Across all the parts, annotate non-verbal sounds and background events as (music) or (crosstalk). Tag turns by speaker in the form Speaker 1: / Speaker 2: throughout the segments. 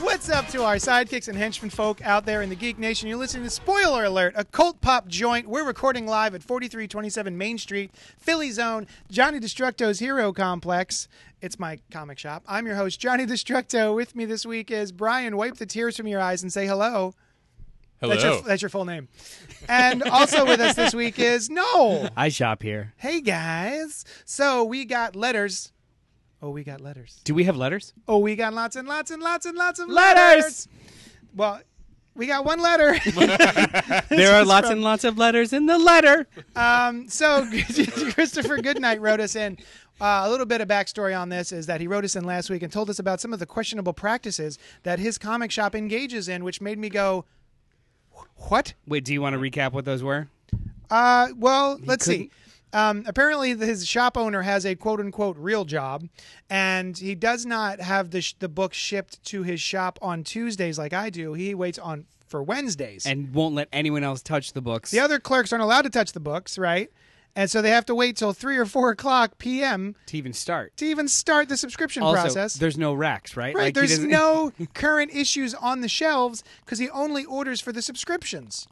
Speaker 1: What's up to our sidekicks and henchmen folk out there in the Geek Nation? You're listening to Spoiler Alert, a cult pop joint. We're recording live at 4327 Main Street, Philly Zone, Johnny Destructo's Hero Complex. It's my comic shop. I'm your host, Johnny Destructo. With me this week is Brian. Wipe the tears from your eyes and say hello.
Speaker 2: Hello.
Speaker 1: That's your, that's your full name. And also with us this week is Noel.
Speaker 3: I shop here.
Speaker 1: Hey, guys. So we got letters. Oh, we got letters.
Speaker 3: Do we have letters?
Speaker 1: Oh, we got lots and lots and lots and lots of letters.
Speaker 3: Letters!
Speaker 1: Well, we got one letter.
Speaker 3: (laughs)
Speaker 1: (laughs)
Speaker 3: there are lots and lots of letters in the letter.
Speaker 1: um, so (laughs) Christopher Goodnight wrote us in. Uh, a little bit of backstory on this is that he wrote us in last week and told us about some of the questionable practices that his comic shop engages in, which made me go, "What?"
Speaker 3: Wait, do you want to recap what those were?
Speaker 1: Uh, well, let's see. Um, apparently, his shop owner has a quote unquote real job, and he does not have the, sh- the book shipped to his shop on Tuesdays like I do. He waits on for Wednesdays.
Speaker 3: And won't let anyone else touch the books.
Speaker 1: the other clerks aren't allowed to touch the books, right? And so they have to wait till 3 or 4 o'clock p.m.
Speaker 3: to even start.
Speaker 1: to even start the subscription
Speaker 3: Also,
Speaker 1: process.
Speaker 3: there's no racks, right?
Speaker 1: right,
Speaker 3: Like, he
Speaker 1: there's
Speaker 3: doesn't-
Speaker 1: no current issues on the shelves because he only orders for the subscriptions.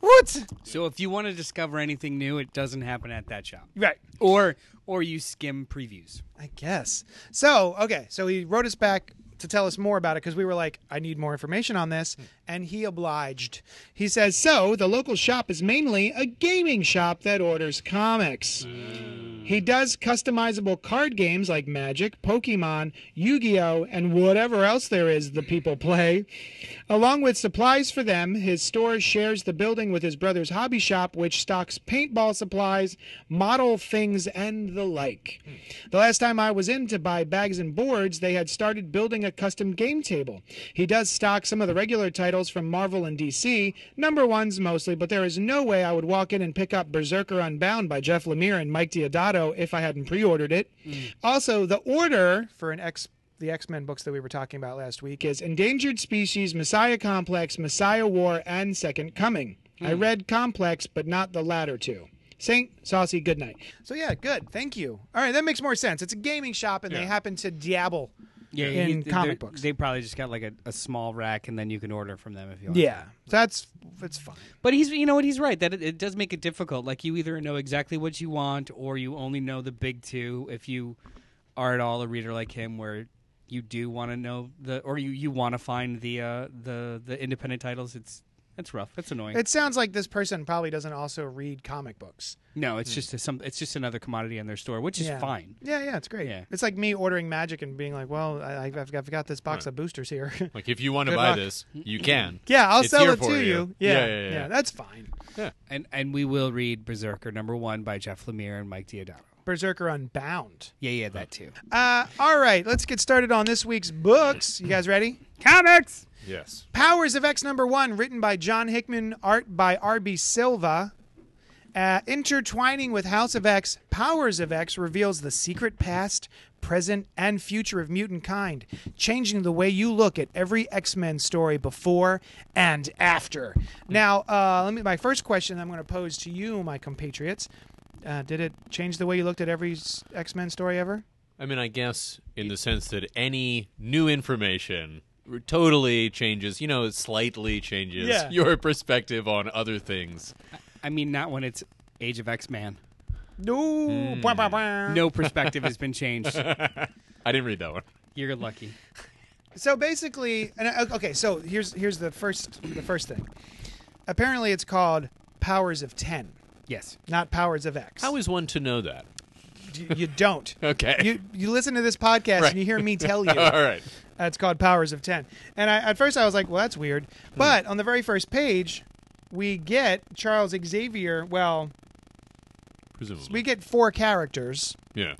Speaker 1: What?
Speaker 3: (laughs) So if you want to discover anything new, it doesn't happen at that shop.
Speaker 1: Right.
Speaker 3: Or or you skim previews.
Speaker 1: I guess. So, okay. So he wrote us back to tell us more about it because we were like, I need more information on this. And he obliged. He says, So the local shop is mainly a gaming shop that orders comics. He does customizable card games like Magic, Pokemon, Yu Gi Oh!, and whatever else there is the people play. Along with supplies for them, his store shares the building with his brother's hobby shop, which stocks paintball supplies, model things, and the like. The last time I was in to buy bags and boards, they had started building a custom game table. He does stock some of the regular titles from Marvel and DC, number ones mostly, but there is no way I would walk in and pick up Berserker Unbound by Jeff Lemire and Mike Diodato if I hadn't pre ordered it. Also, the order Hmm. for an X the X Men books that we were talking about last week is Endangered Species, Messiah Complex, Messiah War, and Second Coming. I read Complex, but not the latter two. Saint, Saucy, Goodnight. So yeah, good. Thank you. All right, that makes more sense. It's a gaming shop, and they happen to dabble.
Speaker 3: Yeah,
Speaker 1: In
Speaker 3: you- they're-
Speaker 1: comic books.
Speaker 3: They probably just got like a, a small rack and then you can order from them if you want.
Speaker 1: Yeah, that's that's fine.
Speaker 3: But he's, you know what, he's right that it, it does make it difficult. Like you either know exactly what you want, or you only know the big two. If you are at all a reader like him, where you do want to know the, or you, you want to find the uh, the the independent titles, it's that's rough. That's annoying.
Speaker 1: It sounds like this person probably doesn't also read comic books.
Speaker 3: no, it's just a, some. It's just another commodity in their store, which is
Speaker 1: Yeah.
Speaker 3: fine.
Speaker 1: Yeah, yeah, it's great.
Speaker 3: Yeah.
Speaker 1: It's like me ordering Magic and being like, "Well, I, I've, I've got this box of
Speaker 2: (laughs)
Speaker 1: boosters here." (laughs)
Speaker 2: Like if you want to
Speaker 1: Good
Speaker 2: buy
Speaker 1: luck.
Speaker 2: this, you can.
Speaker 1: yeah, I'll
Speaker 2: It's
Speaker 1: sell
Speaker 2: here
Speaker 1: it to
Speaker 2: for
Speaker 1: you.
Speaker 2: Yeah, yeah, yeah.
Speaker 1: that's fine.
Speaker 3: And and we will read Berserker number one by Jeff Lemire and Mike Diodato.
Speaker 1: Berserker Unbound.
Speaker 3: Yeah, yeah, that too.
Speaker 1: Uh, all right, let's get started on this week's books. You guys ready?
Speaker 3: Comics.
Speaker 2: Yes.
Speaker 1: Powers of X number one, written by John Hickman, art by R.B. Silva. Uh, intertwining with House of X, Powers of X reveals the secret past, present, and future of mutant kind, changing the way you look at every X Men story before and after. Now, uh, let me. My first question I'm going to pose to you, my compatriots. Uh, did it change the way you looked at every X Men story ever?
Speaker 2: I mean, I guess in the sense that any new information r- totally changes, you know, slightly changes
Speaker 1: Yeah.
Speaker 2: your perspective on other things.
Speaker 3: I mean, not when it's Age of X Man.
Speaker 1: No. Bwah, bwah, bwah.
Speaker 3: No perspective has been
Speaker 1: (laughs)
Speaker 3: changed.
Speaker 2: I didn't read that one.
Speaker 3: You're lucky.
Speaker 1: So basically, and uh, okay, so here's here's the first the first thing. Apparently, it's called Powers of Ten,
Speaker 3: Yes.
Speaker 1: not Powers of X.
Speaker 2: How is one to know that?
Speaker 1: you, you don't?
Speaker 2: (laughs) Okay.
Speaker 1: You you listen to this podcast
Speaker 2: Right.
Speaker 1: and you hear
Speaker 2: (laughs)
Speaker 1: me tell you.
Speaker 2: All right.
Speaker 1: Uh, It's called Powers of Ten. And I, at first I was like, well, that's weird.
Speaker 2: Hmm.
Speaker 1: But on the very first page, we get Charles Xavier. Well,
Speaker 2: presumably.
Speaker 1: we get four characters
Speaker 2: yeah.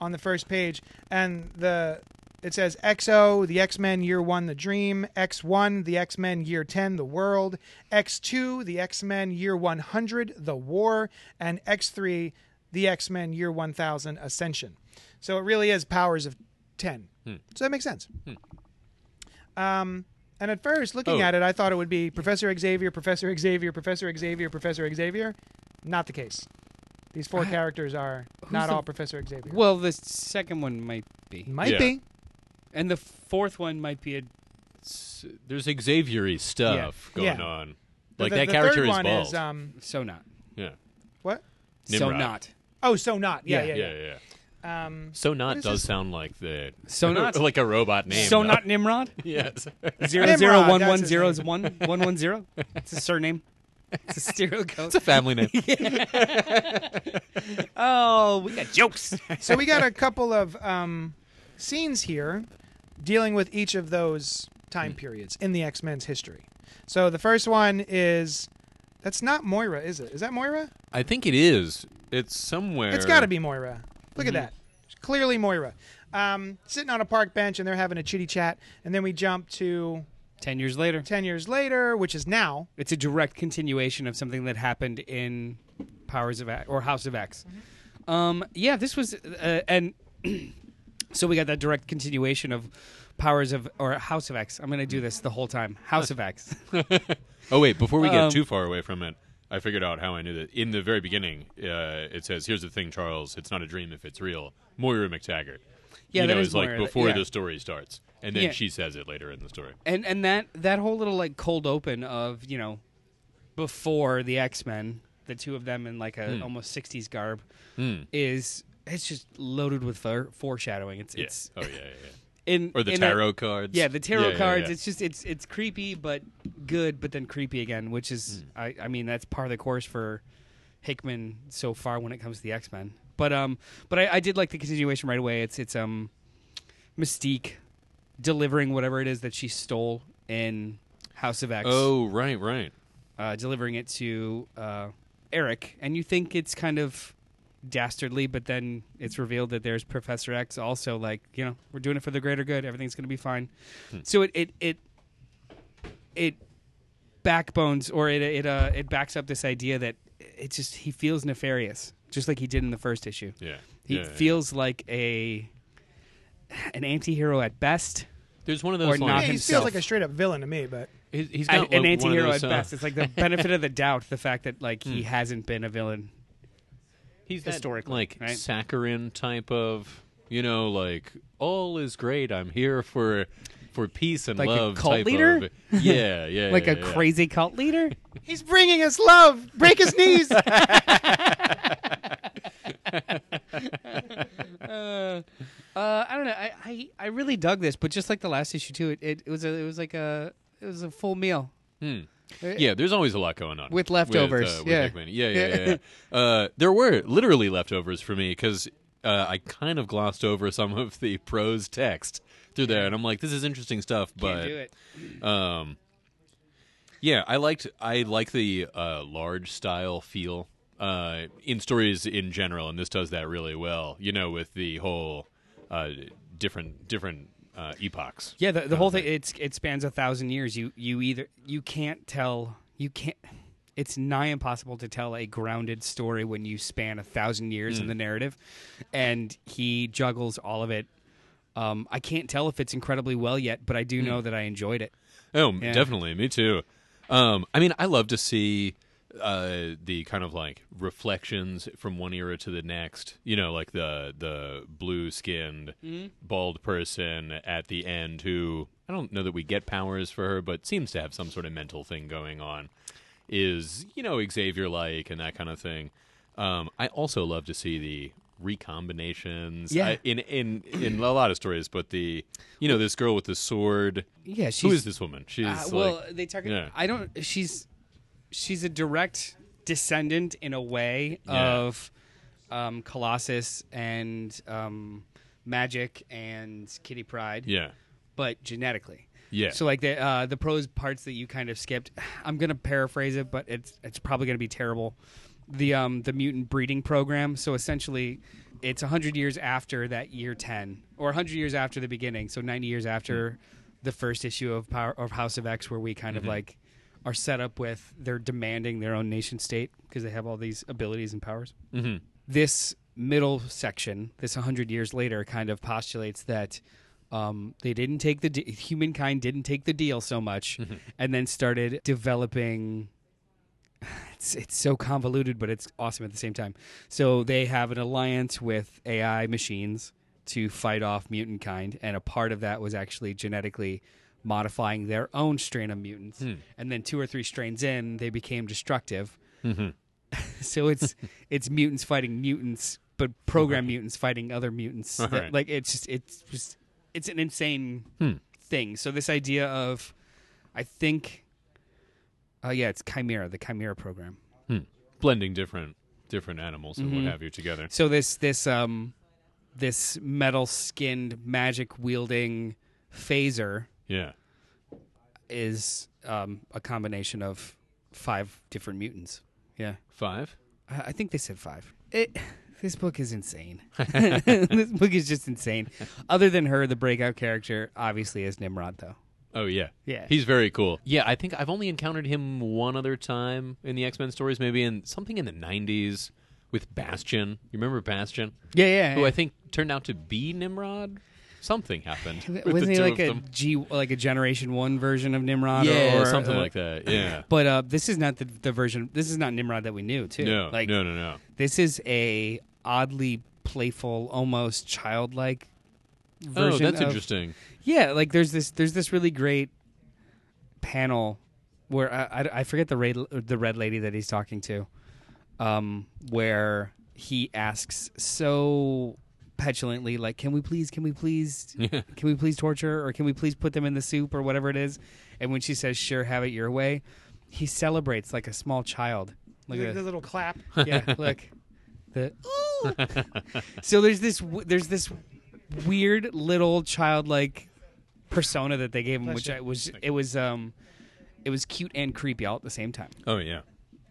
Speaker 1: on the first page, and the it says XO, the X Men Year One, the Dream, X One, the X Men Year Ten, the World, X Two, the X Men Year One Hundred, the War, and X Three, the X Men Year One Thousand, Ascension. So it really is powers of ten. So that makes sense. Um. And at first, looking
Speaker 2: Oh.
Speaker 1: at it, I thought it would be Professor Xavier, Professor Xavier, Professor Xavier, Professor Xavier. Not the case. These four characters are not
Speaker 3: the-
Speaker 1: all Professor Xavier.
Speaker 3: Well, the second one might be,
Speaker 1: Might
Speaker 2: Yeah.
Speaker 1: be.
Speaker 3: and the fourth one might be a.
Speaker 2: S- There's Xavier-y stuff
Speaker 1: Yeah.
Speaker 2: going
Speaker 1: Yeah.
Speaker 2: on. Like
Speaker 1: the,
Speaker 2: that
Speaker 1: the
Speaker 2: character
Speaker 1: third
Speaker 2: is
Speaker 1: one
Speaker 2: bald.
Speaker 1: is um
Speaker 3: So not.
Speaker 2: yeah.
Speaker 1: what?
Speaker 3: So
Speaker 2: Nimrod.
Speaker 3: not.
Speaker 1: Oh, so not. Yeah, yeah,
Speaker 3: Yeah.
Speaker 1: yeah.
Speaker 2: Yeah, yeah.
Speaker 1: Um,
Speaker 2: So not
Speaker 1: is
Speaker 2: does
Speaker 1: this?
Speaker 2: sound like the (laughs)
Speaker 3: So not-
Speaker 2: like a robot name.
Speaker 3: so
Speaker 2: though.
Speaker 3: not Nimrod.
Speaker 2: (laughs)
Speaker 1: (laughs)
Speaker 2: yes.
Speaker 3: Zero
Speaker 1: Nimrod,
Speaker 3: zero one
Speaker 1: that's
Speaker 3: one
Speaker 1: his
Speaker 3: zero
Speaker 1: name. (laughs)
Speaker 3: is one one one zero. It's a surname. It's a stereo code.
Speaker 2: it's a family
Speaker 1: (laughs)
Speaker 2: name.
Speaker 3: oh, we got jokes.
Speaker 1: so we got a couple of um, scenes here dealing with each of those
Speaker 2: Hmm.
Speaker 1: time periods in the X Men's history. So the first one is that's not Moira, is it? Is that Moira?
Speaker 2: I think it is. It's somewhere.
Speaker 1: It's got to be Moira. Look
Speaker 2: mm-hmm.
Speaker 1: at that. It's clearly Moira. Um, sitting on a park bench and they're having a chitty chat, and then we jump to
Speaker 3: (laughs) Ten years later,
Speaker 1: ten years later, which is now.
Speaker 3: it's a direct continuation of something that happened in Powers of X or House of X.
Speaker 1: Mm-hmm.
Speaker 3: Um, yeah, this was uh, and (clears throat) so we got that direct continuation of Powers of or House of X. I'm gonna do this the whole time. House of X.
Speaker 2: Oh wait, before we get
Speaker 3: Um,
Speaker 2: too far away from it, I figured out how I knew that. In the very beginning, uh, it says, "Here's the thing, Charles. It's not a dream if it's real." Moira McTaggart.
Speaker 3: Yeah,
Speaker 2: you
Speaker 3: that
Speaker 2: know,
Speaker 3: is
Speaker 2: it's like
Speaker 3: Moira, that-
Speaker 2: before
Speaker 3: yeah.
Speaker 2: the story starts, and then
Speaker 3: Yeah.
Speaker 2: she says it later in the story.
Speaker 3: and and that that whole little like cold open of you know before the x-men the two of them in like a
Speaker 2: Hmm.
Speaker 3: almost 60s garb is it's just loaded with fore- foreshadowing it's
Speaker 2: Yeah.
Speaker 3: it's
Speaker 2: Oh yeah, yeah. yeah.
Speaker 3: in
Speaker 2: Or the
Speaker 3: in a-
Speaker 2: tarot cards.
Speaker 3: yeah the tarot
Speaker 2: Yeah, yeah,
Speaker 3: cards
Speaker 2: yeah.
Speaker 3: it's just it's it's creepy but good but then creepy again which is
Speaker 2: Hmm.
Speaker 3: i i mean that's part of the course for hickman so far when it comes to the x-men but um but i, I did like the continuation right away it's it's um mystique delivering whatever it is that she stole in house of x
Speaker 2: Oh right, right.
Speaker 3: uh, delivering it to uh, Eric, and you think it's kind of dastardly, but then it's revealed that there's Professor X also like you know we're doing it for the greater good. Everything's going to be fine.
Speaker 2: Hmm.
Speaker 3: So it it it it backbones or it it uh, it backs up this idea that it just he feels nefarious, just like he did in the first issue.
Speaker 2: Yeah.
Speaker 3: He
Speaker 2: yeah, yeah.
Speaker 3: feels like a an anti-hero at best.
Speaker 2: There's one of those
Speaker 3: or
Speaker 1: Yeah,
Speaker 3: not
Speaker 2: lines.
Speaker 1: he
Speaker 3: himself.
Speaker 1: feels like a straight up villain to me, but
Speaker 2: He's- he's got
Speaker 3: an, an
Speaker 2: one- one of
Speaker 3: anti-hero
Speaker 2: those,
Speaker 3: at
Speaker 2: uh, Hmm.
Speaker 3: best. It's like the benefit of the doubt, the fact that like
Speaker 2: (laughs)
Speaker 3: he hasn't been a villain.
Speaker 2: He's
Speaker 3: historically,
Speaker 2: like
Speaker 3: right?
Speaker 2: saccharine type of, you know, like all is great. I'm here for for peace and
Speaker 3: Like a
Speaker 2: love.
Speaker 3: cult
Speaker 2: type Of,
Speaker 3: leader?
Speaker 2: yeah, yeah,
Speaker 3: (laughs) Like
Speaker 2: yeah,
Speaker 3: a
Speaker 2: yeah.
Speaker 3: crazy cult leader?
Speaker 1: he's bringing us love. Break
Speaker 2: (laughs)
Speaker 1: his knees.
Speaker 3: (laughs) Uh, I don't know. I, I, I really dug this, but just like the last issue too, it, it, it was a it was like a it was a full meal.
Speaker 2: Yeah, there's always a lot going on
Speaker 3: With leftovers,
Speaker 2: With, uh, with
Speaker 3: yeah.
Speaker 2: Hickman. yeah, yeah, yeah.
Speaker 3: (laughs)
Speaker 2: yeah. uh, there were literally leftovers for me because uh, I kind of glossed over some of the prose text through there, and I'm like, this is interesting stuff, but
Speaker 3: Can't do it.
Speaker 2: Um, yeah, I liked I like the uh, large style feel uh, in stories in general, and this does that really well. You know, with the whole uh, different different uh, epochs.
Speaker 3: Yeah, the, the whole thing it's it spans a thousand years. You you either you can't tell you can't. It's nigh impossible to tell a grounded story when you span a thousand years in the narrative, and he juggles all of it. Um, I can't tell if it's incredibly well yet, but I do know that I enjoyed it.
Speaker 2: Oh,
Speaker 3: Yeah.
Speaker 2: definitely, me too. Um, I mean, I love to see uh, the kind of like reflections from one era to the next. You know, like the the blue skinned
Speaker 3: Mm-hmm.
Speaker 2: bald person at the end who I don't know that we get powers for her, but seems to have some sort of mental thing going on. Is you know Xavier like and that kind of thing. Um, I also love to see the recombinations
Speaker 3: Yeah.
Speaker 2: I- in in in a lot of stories, but the you know this girl with the sword
Speaker 3: Yeah, she's
Speaker 2: who is this woman? She's
Speaker 3: Uh,
Speaker 2: like,
Speaker 3: well, they target.
Speaker 2: yeah.
Speaker 3: I don't. She's she's a direct descendant in a way
Speaker 2: Yeah.
Speaker 3: of um, Colossus and um, Magic and Kitty Pride.
Speaker 2: yeah,
Speaker 3: but genetically.
Speaker 2: Yeah.
Speaker 3: So like the uh, (sighs) the prose parts that you kind of skipped, I'm gonna paraphrase it, but it's it's probably gonna be terrible. the um the mutant breeding program. So essentially, it's hundred years after that year ten, or hundred years after the beginning. So ninety years after the first issue of Power of House of X, where we kind of like are set up with they're demanding their own nation state because they have all these abilities and powers this middle section, this 100 years later, kind of postulates that um, they didn't take the de- humankind didn't take the deal so much, and then started developing. It's it's so convoluted, but it's awesome at the same time. So they have an alliance with AI machines to fight off mutant kind, and a part of that was actually genetically modifying their own strain of mutants, and then two or three strains in, they became destructive (laughs) so it's it's mutants fighting mutants, but program mutants fighting other mutants.
Speaker 2: All
Speaker 3: That-
Speaker 2: right.
Speaker 3: Like it's just it's just it's an insane thing. So this idea of, I think, oh yeah, it's Chimera, the Chimera program.
Speaker 2: blending different different animals and
Speaker 3: Mm-hmm.
Speaker 2: what have you together.
Speaker 3: So this this um this metal skinned magic wielding phaser
Speaker 2: Yeah.
Speaker 3: is um, a combination of five different mutants. Yeah.
Speaker 2: Five.
Speaker 3: I I think they said five. It, this book is insane. (laughs) this book is just insane. Other than her, the breakout character obviously is Nimrod, though.
Speaker 2: Oh yeah,
Speaker 3: Yeah.
Speaker 2: He's very cool. Yeah, I think I've only encountered him one other time in the X Men stories, maybe in something in the '90s with Bastion. You remember Bastion?
Speaker 3: Yeah, yeah.
Speaker 2: Who I think turned out to be Nimrod. Something
Speaker 3: (laughs)
Speaker 2: happened. with the
Speaker 3: wasn't he
Speaker 2: two
Speaker 3: like
Speaker 2: of
Speaker 3: a
Speaker 2: them.
Speaker 3: G, like a Generation One version of Nimrod?
Speaker 2: yeah,
Speaker 3: or, or
Speaker 2: something
Speaker 3: uh,
Speaker 2: like that.
Speaker 3: (laughs)
Speaker 2: Yeah.
Speaker 3: But uh, this is not the, the version. This is not Nimrod that we knew, too.
Speaker 2: no,
Speaker 3: like
Speaker 2: no, no, no.
Speaker 3: this is a oddly playful, almost childlike version.
Speaker 2: Oh, that's
Speaker 3: of-
Speaker 2: interesting.
Speaker 3: Yeah, like there's this there's this really great panel where I, I, I forget the red the red lady that he's talking to, um, where he asks so petulantly like, "Can we please? Can we
Speaker 2: (laughs)
Speaker 3: please? can we please torture or can we please put them in the soup or whatever it is?" And when she says, "Sure, have it your way," he celebrates like a small child.
Speaker 1: Like
Speaker 3: Look at
Speaker 1: the
Speaker 3: this.
Speaker 1: little clap.
Speaker 3: yeah, look. The ooh. so there's this w- there's this weird little childlike persona that they gave him, which I was it was um it was cute and creepy all at the same time.
Speaker 2: Oh yeah.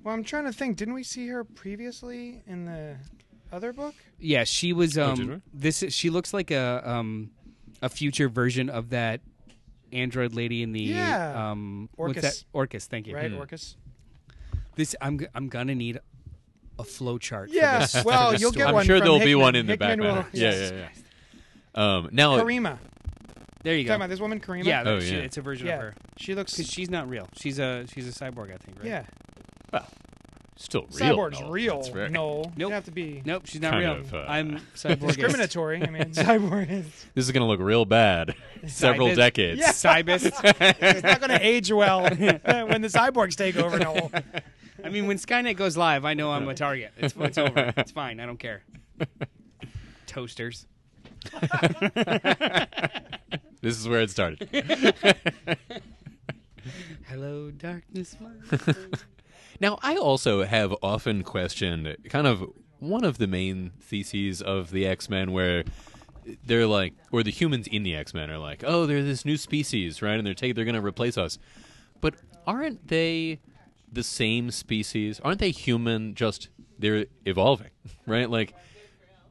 Speaker 1: Well, I'm trying to think. Didn't we see her previously in the other book?
Speaker 3: Yeah, she was
Speaker 2: did
Speaker 3: um
Speaker 2: we?
Speaker 3: this is, she looks like a um a future version of that android lady in the
Speaker 1: Yeah.
Speaker 3: um
Speaker 1: Orcus.
Speaker 3: what's that Orcus, thank you.
Speaker 1: Right, Orcus.
Speaker 3: This I'm g- I'm gonna need a flow chart. for
Speaker 1: Yeah.
Speaker 3: this- for
Speaker 1: Well,
Speaker 3: this
Speaker 1: you'll get
Speaker 3: story.
Speaker 2: I'm
Speaker 1: one
Speaker 2: sure
Speaker 1: from
Speaker 2: there'll be
Speaker 1: Hickman.
Speaker 2: one in the back.
Speaker 1: Hickman
Speaker 2: matter.
Speaker 1: will-
Speaker 2: Yeah,
Speaker 1: yes.
Speaker 2: yeah, yeah. Um, now,
Speaker 1: Karima.
Speaker 3: There you
Speaker 1: Talking
Speaker 3: go.
Speaker 1: about this woman, Karima.
Speaker 3: Oh, Yeah,
Speaker 2: Oh,
Speaker 3: she-
Speaker 2: yeah.
Speaker 3: it's a version
Speaker 1: Yeah.
Speaker 3: of her.
Speaker 1: She looks.
Speaker 3: Because she's not real. She's a she's a cyborg, I think. Right?
Speaker 1: yeah.
Speaker 2: still real.
Speaker 1: Cyborg's
Speaker 2: Noel.
Speaker 1: real.
Speaker 2: That's very-
Speaker 1: No. You
Speaker 3: Nope.
Speaker 1: have to be
Speaker 3: Nope, she's not
Speaker 2: Kind
Speaker 3: real.
Speaker 2: of, uh, (laughs)
Speaker 3: I'm cyborg.
Speaker 1: discriminatory. I
Speaker 3: (laughs)
Speaker 1: mean, cyborg is.
Speaker 2: This is gonna look real
Speaker 1: (laughs)
Speaker 2: bad. Several
Speaker 3: Cybist.
Speaker 2: decades.
Speaker 1: Yeah.
Speaker 3: Cybist.
Speaker 2: (laughs)
Speaker 1: It's not going to age
Speaker 3: (laughs)
Speaker 1: well (laughs) when the cyborgs take over. Noel.
Speaker 3: I mean, when Skynet goes live, I know I'm a target. It's, it's over. It's fine. I don't care. Toasters.
Speaker 2: This is where it started.
Speaker 3: Hello, darkness. my-
Speaker 2: Now, I also have often questioned kind of one of the main theses of the X Men where they're like, or the humans in the X Men are like, oh, they're this new species, right? And they're taking, they're going to replace us. But aren't they the same species? Aren't they human? Just they're evolving, (laughs) right? Like,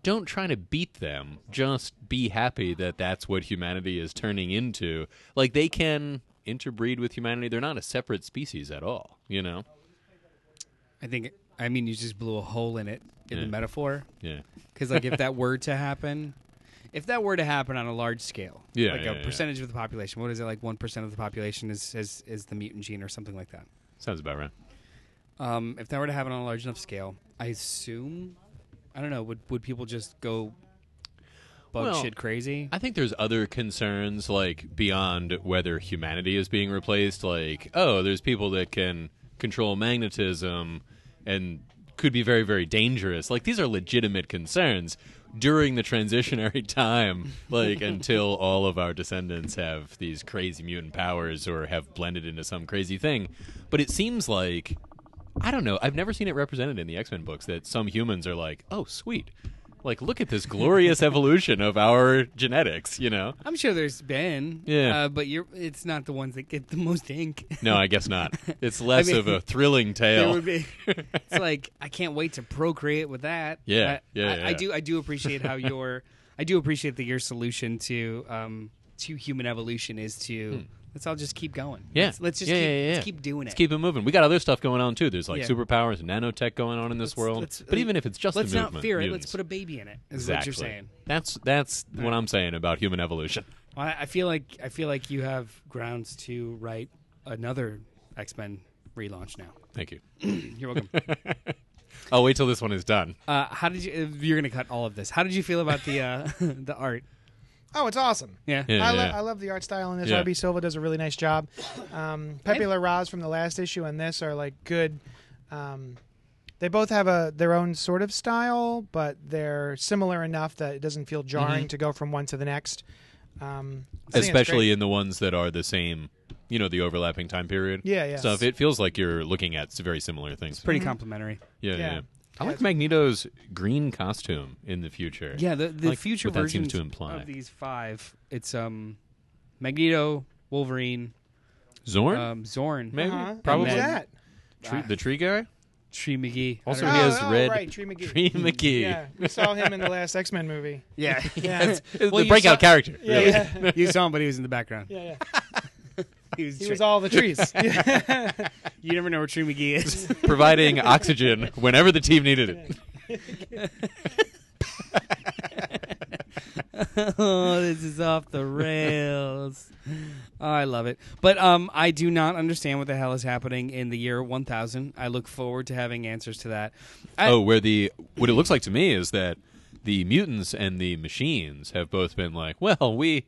Speaker 2: don't try to beat them. Just be happy that that's what humanity is turning into. Like, they can interbreed with humanity. They're not a separate species at all, you know?
Speaker 3: I think. I mean, you just blew a hole in it in
Speaker 2: Yeah.
Speaker 3: the metaphor.
Speaker 2: Yeah.
Speaker 3: Because like, if that were to happen, if that were to happen on a large scale,
Speaker 2: Yeah,
Speaker 3: like
Speaker 2: yeah,
Speaker 3: a
Speaker 2: yeah.
Speaker 3: percentage of the population, what is it? Like one percent of the population is, is is the mutant gene or something like that.
Speaker 2: Sounds about right.
Speaker 3: Um, if that were to happen on a large enough scale, I assume, I don't know, would would people just go bug
Speaker 2: Well,
Speaker 3: shit crazy?
Speaker 2: I think there's other concerns like beyond whether humanity is being replaced like oh there's people that can control magnetism and could be very very dangerous. Like these are legitimate concerns during the transitionary (laughs) time like until all of our descendants have these crazy mutant powers or have blended into some crazy thing. But it seems like I don't know. I've never seen it represented in the X Men books that some humans are like, oh, sweet. like look at this glorious evolution of our genetics, you know?
Speaker 3: I'm sure there's been.
Speaker 2: Yeah.
Speaker 3: Uh, but you're it's not the ones that get the (laughs) most ink.
Speaker 2: No, I guess not.
Speaker 3: (laughs)
Speaker 2: It's less
Speaker 3: mean,
Speaker 2: of a thrilling
Speaker 3: There
Speaker 2: tale. (laughs)
Speaker 3: would be. It's like I can't wait to procreate with that.
Speaker 2: Yeah,
Speaker 3: I,
Speaker 2: yeah,
Speaker 3: I, I
Speaker 2: yeah.
Speaker 3: do. I do appreciate how your. I do appreciate that your solution to um to human evolution is to let's all just keep going.
Speaker 2: Hmm. yeah.
Speaker 3: Let's, let's just
Speaker 2: Yeah,
Speaker 3: keep,
Speaker 2: yeah, yeah.
Speaker 3: Let's keep doing it.
Speaker 2: Let's keep it moving. We got other stuff going on too. There's like
Speaker 3: Yeah.
Speaker 2: superpowers and nanotech going on in this world.
Speaker 3: let's-
Speaker 2: but even if it's just
Speaker 3: let's
Speaker 2: the
Speaker 3: not
Speaker 2: movement,
Speaker 3: fear it.
Speaker 2: mutants.
Speaker 3: Let's put a baby in it. Is
Speaker 2: exactly.
Speaker 3: what you're saying.
Speaker 2: That's that's what I'm saying about human evolution.
Speaker 3: Well, I I feel like I feel like you have grounds to write another X Men relaunch now.
Speaker 2: Thank you.
Speaker 3: (clears throat) You're welcome.
Speaker 2: I'll wait till this one is done.
Speaker 3: uh, how did you? if You're gonna cut all of this. How did you feel about the uh, (laughs) the art?
Speaker 1: Oh, it's awesome.
Speaker 3: Yeah.
Speaker 2: Yeah,
Speaker 1: I, lo-
Speaker 2: yeah.
Speaker 1: I love the art style in this.
Speaker 2: Yeah.
Speaker 1: RB Silva does a really nice job. Um, Pepe La Raz from the last issue and this are like good. Um, they both have a their own sort of style, but they're similar enough that it doesn't feel
Speaker 2: Mm-hmm.
Speaker 1: jarring to go from one to the next. Um, I think it's great.
Speaker 2: especially in the ones that are the same you know the overlapping time period
Speaker 1: Yeah, yeah.
Speaker 2: stuff it feels like you're looking at s- very similar things
Speaker 3: Pretty complimentary.
Speaker 2: yeah, yeah
Speaker 1: yeah.
Speaker 2: yeah. i like magneto's green costume in the future
Speaker 3: Yeah, the, the
Speaker 2: like
Speaker 3: future
Speaker 2: what that
Speaker 3: versions
Speaker 2: seems to imply.
Speaker 3: of these five. It's um, Magneto, Wolverine,
Speaker 2: zorn
Speaker 3: um, Zorn,
Speaker 2: maybe
Speaker 1: Uh-huh.
Speaker 2: probably
Speaker 1: Who's
Speaker 3: And then-
Speaker 1: that?
Speaker 2: Tree- the tree guy (laughs)
Speaker 3: Tree McGee.
Speaker 2: Also
Speaker 3: I don't
Speaker 2: he
Speaker 3: know.
Speaker 2: has
Speaker 1: oh,
Speaker 2: red
Speaker 1: right, Tree McGee.
Speaker 2: tree mckee
Speaker 1: Yeah, we saw him in the last X Men movie.
Speaker 2: (laughs)
Speaker 3: yeah, (laughs)
Speaker 1: Yeah.
Speaker 2: It's- it's
Speaker 3: Well,
Speaker 2: the
Speaker 3: you
Speaker 2: breakout
Speaker 3: saw-
Speaker 2: character really.
Speaker 1: Yeah, yeah,
Speaker 3: (laughs) you saw him, but he was in the background.
Speaker 1: yeah,
Speaker 3: He was.
Speaker 1: He
Speaker 3: Tree-
Speaker 1: was all
Speaker 2: (laughs)
Speaker 1: the trees. Yeah.
Speaker 3: you never know where Tree McGee is.
Speaker 2: (laughs) providing oxygen whenever the team needed it
Speaker 3: (laughs) oh, this is off the rails. Oh, I love it. But um, I do not understand what the hell is happening in the year 1000. I look forward to having answers to that. I,
Speaker 2: oh where the what it looks like to me is that the mutants and the machines have both been like well we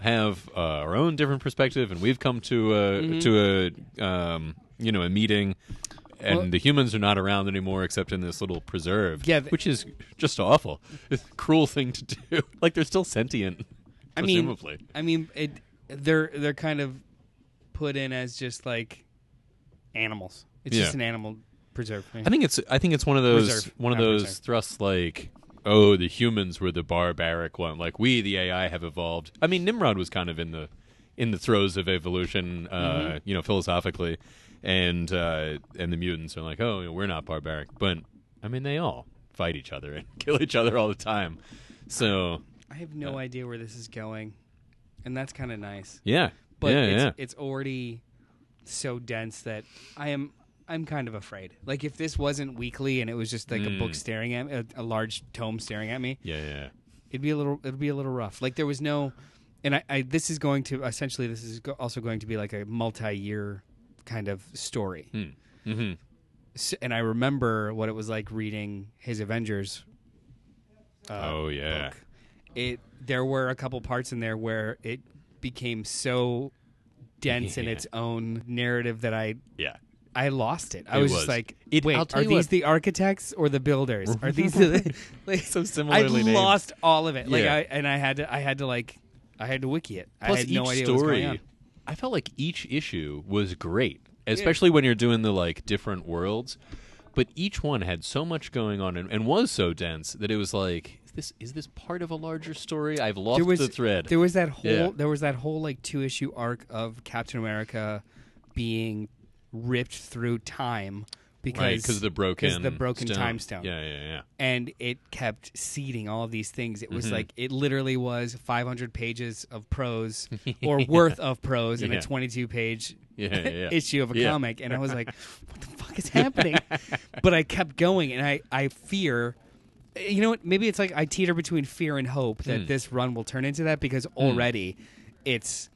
Speaker 2: have uh, our own different perspective and we've come to a
Speaker 3: Mm-hmm.
Speaker 2: to a um, you know a meeting and
Speaker 3: Well-
Speaker 2: the humans are not around anymore except in this little preserve
Speaker 3: Yeah, th-
Speaker 2: which is just awful it's a cruel thing to do (laughs) like they're still sentient
Speaker 3: I mean,
Speaker 2: presumably
Speaker 3: I mean, it, they're they're kind of put in as just like animals. It's
Speaker 2: Yeah.
Speaker 3: just an animal preserve.
Speaker 2: I think it's I think it's one of those
Speaker 3: Reserve.
Speaker 2: one of
Speaker 3: Not
Speaker 2: those
Speaker 3: reserve.
Speaker 2: thrusts like oh the humans were the barbaric one like we the AI have evolved. I mean Nimrod was kind of in the in the throes of evolution, uh,
Speaker 3: Mm-hmm.
Speaker 2: you know, philosophically, and uh, and the mutants are like oh you know, we're not barbaric, but I mean they all fight each other (laughs) and kill each other all the time. So
Speaker 3: I have no idea where this is going, and that's kind of nice.
Speaker 2: yeah,
Speaker 3: but
Speaker 2: yeah,
Speaker 3: it's,
Speaker 2: yeah.
Speaker 3: it's already so dense that I am I'm kind of afraid. Like if this wasn't weekly and it was just like a
Speaker 2: Mm.
Speaker 3: book staring at me, a, a large tome staring at me,
Speaker 2: yeah, yeah,
Speaker 3: it'd be a little it'd be a little rough. Like there was no, and I, I this is going to essentially this is go, also going to be like a multi-year kind of story.
Speaker 2: hmm
Speaker 3: S and I remember what it was like reading his Avengers Uh,
Speaker 2: oh yeah,
Speaker 3: book. It there were a couple parts in there where it became so dense in
Speaker 2: Yeah.
Speaker 3: its own narrative that I
Speaker 2: yeah.
Speaker 3: I lost it. I
Speaker 2: It
Speaker 3: was,
Speaker 2: was.
Speaker 3: just like,
Speaker 2: It-
Speaker 3: wait,
Speaker 2: I'll
Speaker 3: are
Speaker 2: tell
Speaker 3: these
Speaker 2: you what-
Speaker 3: the architects or the builders? Are these (laughs) the like,
Speaker 2: So
Speaker 3: I
Speaker 2: similarly named.
Speaker 3: lost all of it. Like,
Speaker 2: Yeah.
Speaker 3: I, and I had to, I had to like, I had to wiki it. I
Speaker 2: Plus,
Speaker 3: had
Speaker 2: each
Speaker 3: no idea
Speaker 2: story,
Speaker 3: what was going on.
Speaker 2: I felt like each issue was great, especially when you're doing the like different worlds. But each one had so much going on and, and was so dense that it was like, is this is this part of a larger story? I've lost
Speaker 3: There was
Speaker 2: the thread.
Speaker 3: There was that whole,
Speaker 2: Yeah.
Speaker 3: there was that whole like two issue arc of Captain America being ripped through time because
Speaker 2: right because the broken
Speaker 3: the broken
Speaker 2: stone.
Speaker 3: time stone.
Speaker 2: Yeah, yeah, yeah.
Speaker 3: and it kept seeding all of these things. It was
Speaker 2: Mm-hmm.
Speaker 3: like it literally was 500 pages of prose
Speaker 2: (laughs)
Speaker 3: or worth of prose in
Speaker 2: Yeah.
Speaker 3: a 22 page
Speaker 2: Yeah, yeah, yeah.
Speaker 3: (laughs) issue of a
Speaker 2: Yeah.
Speaker 3: comic, and I was like, "What the fuck is
Speaker 2: (laughs)
Speaker 3: happening?" but I kept going, and I I fear. You know what? Maybe it's like I teeter between fear and hope that
Speaker 2: Mm.
Speaker 3: this run will turn into that because already it's